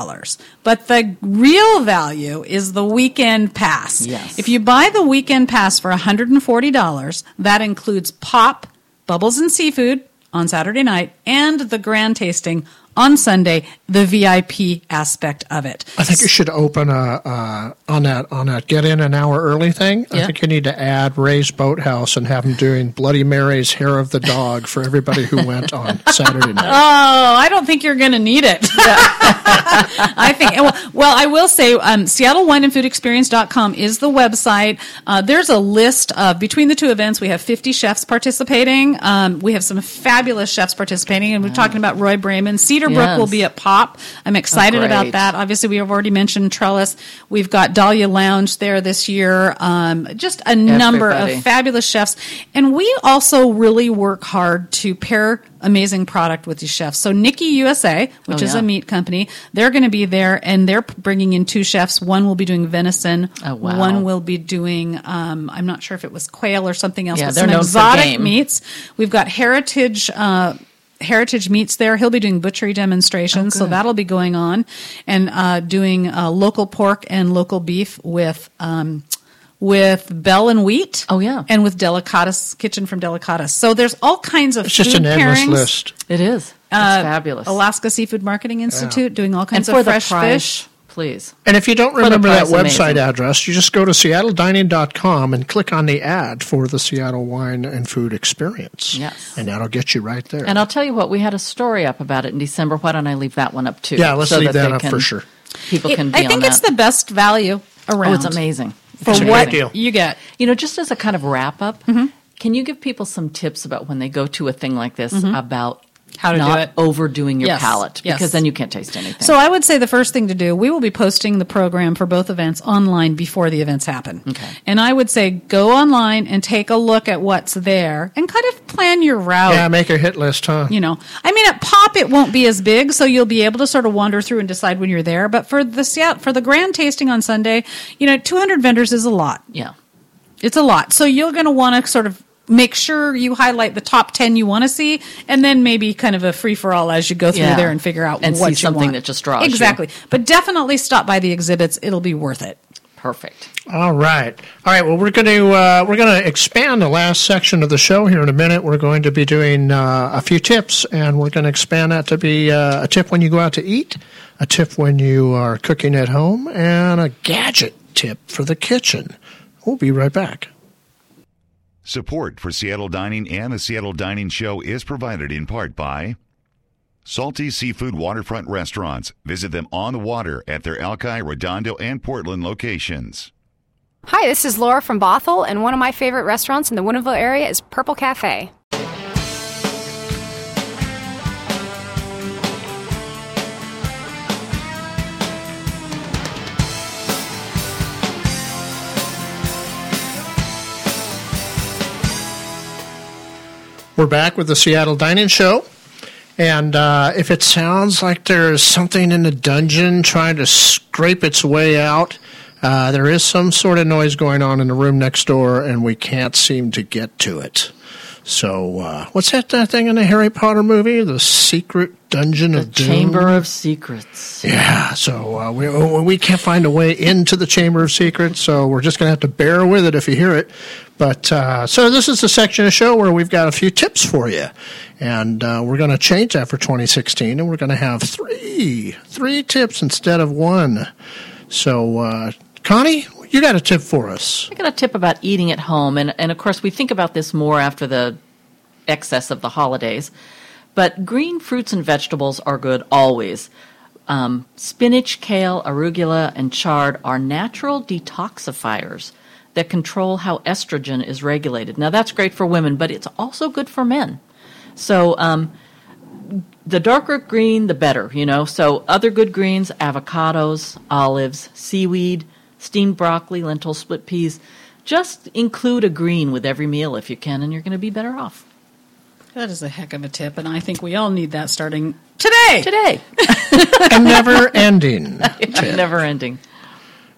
D: But the real value is the weekend pass.
C: Yes.
D: If you buy the weekend pass for $140, that includes pop, bubbles and seafood on Saturday night, and the grand tasting on Sunday, the VIP aspect of it.
E: I think you should open a uh, on that on that get in an hour early thing. I
D: Yeah.
E: think you need to add Ray's Boathouse and have them doing Bloody Mary's Hair of the Dog for everybody who
C: [laughs]
E: went on Saturday night.
D: Oh, I don't think you're going to need it. [laughs] I think, well, well, I will say um, SeattleWineAndFoodExperience.com is the website. Uh, there's a list of, between the two events, we have 50 chefs participating. Um, we have some fabulous chefs participating, and we're talking about Roy Brayman. Cedar Brook
C: Yes. Oh,
D: will be at Pop. I'm excited about
C: great.
D: that. Obviously, we have already mentioned Trellis. We've got Dahlia Lounge there this year. Um, just a number
C: Everybody.
D: of fabulous chefs. And we also really work hard to pair amazing product with these chefs. So Nikki USA, which
C: Oh,
D: is
C: yeah.
D: a meat company, they're going to be there and they're p- bringing in two chefs. One will be doing venison.
C: Oh, wow.
D: One will be doing, um, I'm not sure if it was quail or something else,
C: Yeah,
D: but
C: they're
D: some
C: known for
D: exotic
C: game.
D: meats. We've got heritage, uh, Heritage Meats there. He'll be doing butchery demonstrations,
C: Oh,
D: so that'll be going on, and uh, doing uh, local pork and local beef with um, with Bell and Wheat.
C: Oh, yeah.
D: and with Delicatus Kitchen from Delicatus. So there's all kinds of
E: It's just
D: food
E: an endless
D: pairings.
E: list.
C: It is. It's
D: Uh,
C: fabulous.
D: Alaska Seafood Marketing Institute doing all
C: and
D: kinds
C: for
D: of fresh
C: the price,
D: fish.
C: please.
E: And if you don't remember that
C: price,
E: website
C: amazing.
E: address, you just go to seattledining.com and click on the ad for the Seattle Wine and Food Experience.
C: Yes.
E: And that'll get you right there.
C: And I'll tell you what, we had a story up about it in December. Why don't I leave that one up too?
E: yeah, let's
C: so
E: leave that
C: they
E: up
C: can-
E: for sure.
C: People
D: It-
C: can. Be
D: I think
C: on
D: it's
C: that.
D: the best value around.
C: Oh, it's amazing
D: for
C: It's
D: what Mm-hmm.
C: amazing.
D: you get.
C: You know, just as a kind of wrap up, can you give people some tips about when they go to a thing like this about
D: Mm-hmm. How to do
C: not
D: it.
C: overdoing your
D: Yes,
C: palate
D: yes.
C: because then you can't taste anything.
D: So I would say the first thing to do, we will be posting the program for both events online before the events happen. Okay. And I would say go online and take a look at what's there and kind of plan your
C: Oh.
D: route.
E: Yeah, make a hit list, huh?
D: you know, I mean, at Pop it won't be as big, so you'll be able to sort of wander through and decide when you're there. But for the Seat- for the grand tasting on Sunday, you know, 200 vendors is a lot.
C: yeah.
D: It's a lot. So you're going to want to sort of make sure you highlight the top 10 you want to see and then maybe kind of a free for all as you go through
C: Yeah.
D: there and figure out
C: And
D: what
C: see
D: you
C: something
D: want.
C: that just draws you.
D: Exactly. But definitely stop by the exhibits. It'll be worth it.
C: perfect.
E: All right, all right. Well, we're going to uh, we're going to expand the last section of the show here in a minute. We're going to be doing uh, a few tips, and we're going to expand that to be uh, a tip when you go out to eat, a tip when you are cooking at home, and a gadget tip for the kitchen. We'll be right back.
A: Support for Seattle Dining and the Seattle Dining Show is provided in part by Salty Seafood Waterfront Restaurants. Visit them on the water at their Alki, Redondo, and Portland locations.
K: Hi, this is Laura from Bothell, and one of my favorite restaurants in the Woodinville area is Purple Cafe.
E: We're back with the Seattle Dining Show. And uh, if it sounds like there's something in the dungeon trying to scrape its way out, uh, there is some sort of noise going on in the room next door, and we can't seem to get to it. So, uh, what's that, that thing in the Harry Potter movie? The secret dungeon of doom?
C: Chamber of Secrets.
E: Yeah, so uh, we oh, we can't find a way into the Chamber of Secrets, so we're just going to have to bear with it if you hear it. But uh, so this is the section of the show where we've got a few tips for you, and uh, we're going to change that for 2016, and we're going to have three three tips instead of one. So, uh, Connie, you got a tip for us?
C: [laughs] I got a tip about eating at home, and, and of course we think about this more after the excess of the holidays. But green fruits and vegetables are good always. Um, spinach, kale, arugula, and chard are natural detoxifiers that control how estrogen is regulated. Now that's great for women, but it's also good for men. So um, the darker green, the better, you know. So other good greens, avocados, olives, seaweed, steamed broccoli, lentils, split peas. Just include a green with every meal if you can, and you're going to be better off.
D: That is a heck of a tip, and I think we all need that starting
C: [laughs]
D: today.
C: Today,
E: A never ending.
C: never ending.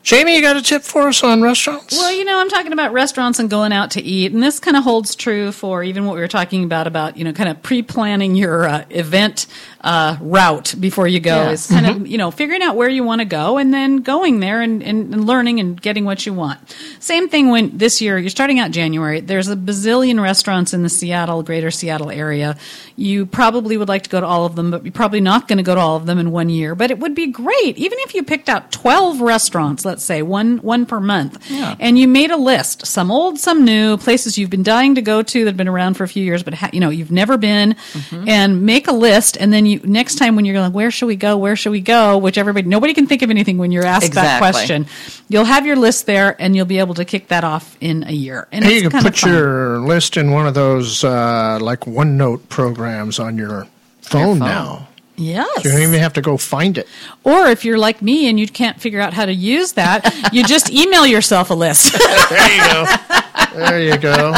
E: Jamie, you got a tip for us on restaurants?
D: Well, you know, I'm talking about restaurants and going out to eat, and this kind of holds true for even what we were talking about about you know, kind of pre-planning your uh, event uh, route before you go.
C: Yeah.
D: Is kind of you know, figuring out where you want to go and then going there and, and, and learning and getting what you want. Same thing when this year you're starting out January. There's a bazillion restaurants in the Seattle, Greater Seattle area. You probably would like to go to all of them, but you're probably not going to go to all of them in one year. But it would be great even if you picked out 12 restaurants, let's say one one per month, and you made a list, some old, some new, places you've been dying to go to that have been around for a few years, but ha- you know you've never been,
E: Mm-hmm.
D: and make a list, and then you next time when you're going, where should we go? Where should we go? Which everybody nobody can think of anything when you're asked that
C: Exactly.
D: question. You'll have your list there, and you'll be able to kick that off in a year. And
E: Hey,
D: it's
E: you can
D: kind of
E: put
D: fun.
E: your list in one of those uh, like OneNote programs on your phone, now.
D: yes.
E: You don't even have to go find it.
D: Or if you're like me and you can't figure out how to use that, you just email yourself a
E: [laughs]
D: list.
E: There you go. there you go.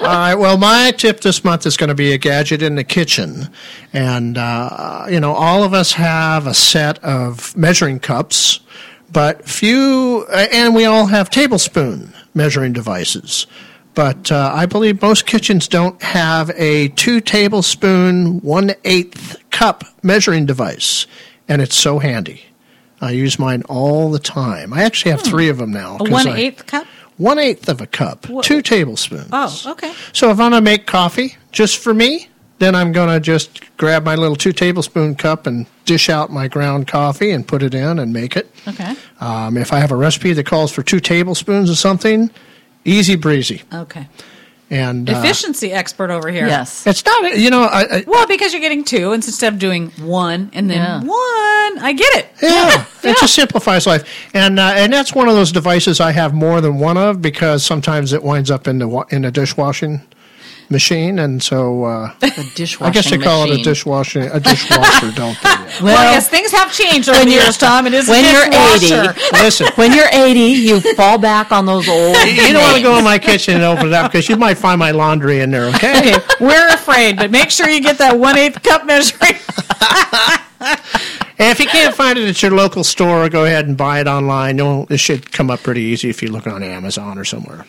E: All right. Well, my tip this month is going to be a gadget in the kitchen, and uh, you know, all of us have a set of measuring cups, but few, uh, and we all have tablespoon measuring devices. But uh, I believe most kitchens don't have a two tablespoon one eighth cup measuring device, and it's so handy. I use mine all the time. I actually have three of them now.
D: a
E: 'cause
D: one
E: I-
D: eighth cup.
E: one eighth of a cup, two tablespoons.
D: Oh, okay.
E: So if I'm gonna make coffee just for me, then I'm gonna just grab my little two tablespoon cup and dish out my ground coffee and put it in and make it.
D: Okay.
E: Um, if I have a recipe that calls for two tablespoons of something, easy breezy.
D: Okay.
E: And uh,
D: Efficiency expert over here.
C: Yes.
E: it's not, you
D: [laughs]
E: know, I, I,
D: Well, because you're getting two, and so instead of doing one and then
C: Yeah.
D: one, I get it.
E: yeah, it just simplifies life, and uh, and that's one of those devices I have more than one of because sometimes it winds up in the wa- in the dishwashing machine, and so uh,
D: [laughs]
C: The dishwashing.
E: I guess they call it a
C: machine.
E: dishwasher, a dishwasher, don't they? Yeah.
D: Well, yes, things have changed over the years, Tom. It is a
C: when you're
D: dishwasher.
C: 80.
E: Listen,
C: When you're 80, you fall back on those old.
E: you don't want to go in my kitchen and open it up because you might find my laundry in there. Okay.
D: Okay, we're afraid, but make sure you get that one eighth cup measuring.
E: [laughs] And if you can't find it at your local store, go ahead and buy it online. You'll, it should come up pretty easy if you look on Amazon or somewhere.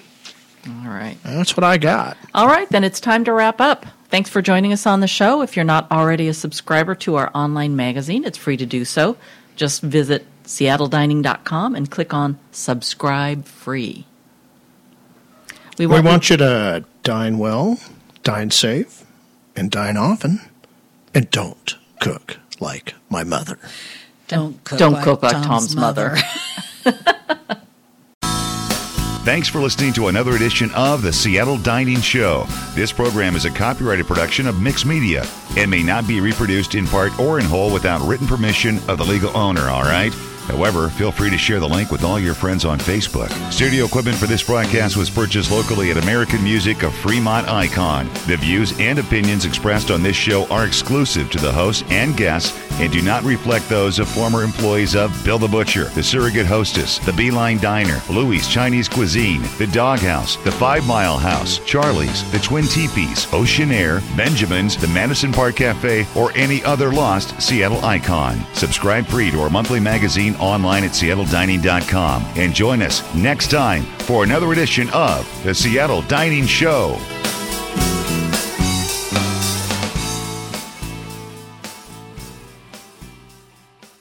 C: All right.
E: That's what I got.
C: All right, then it's time to wrap up. Thanks for joining us on the show. If you're not already a subscriber to our online magazine, it's free to do so. Just visit seattledining.com and click on subscribe free.
E: We want, you to dine well, dine safe, and dine often, and don't cook like my mother.
D: Don't cook
C: Don't
D: like
C: cook like
D: Tom's,
C: Tom's mother.
D: mother.
A: Thanks for listening to another edition of the Seattle Dining Show. This program is a copyrighted production of Mixed Media and may not be reproduced in part or in whole without written permission of the legal owner, all right? However, feel free to share the link with all your friends on Facebook. Studio equipment for this broadcast was purchased locally at American Music of Fremont Icon. The views and opinions expressed on this show are exclusive to the host and guests and do not reflect those of former employees of Bill the Butcher, the Surrogate Hostess, the Beeline Diner, Louis Chinese Cuisine, the Doghouse, the Five Mile House, Charlie's, the Twin Teepees, Ocean Air, Benjamin's, the Madison Park Cafe, or any other lost Seattle icon. Subscribe free to our monthly magazine online at seattledining.com and join us next time for another edition of the Seattle Dining Show.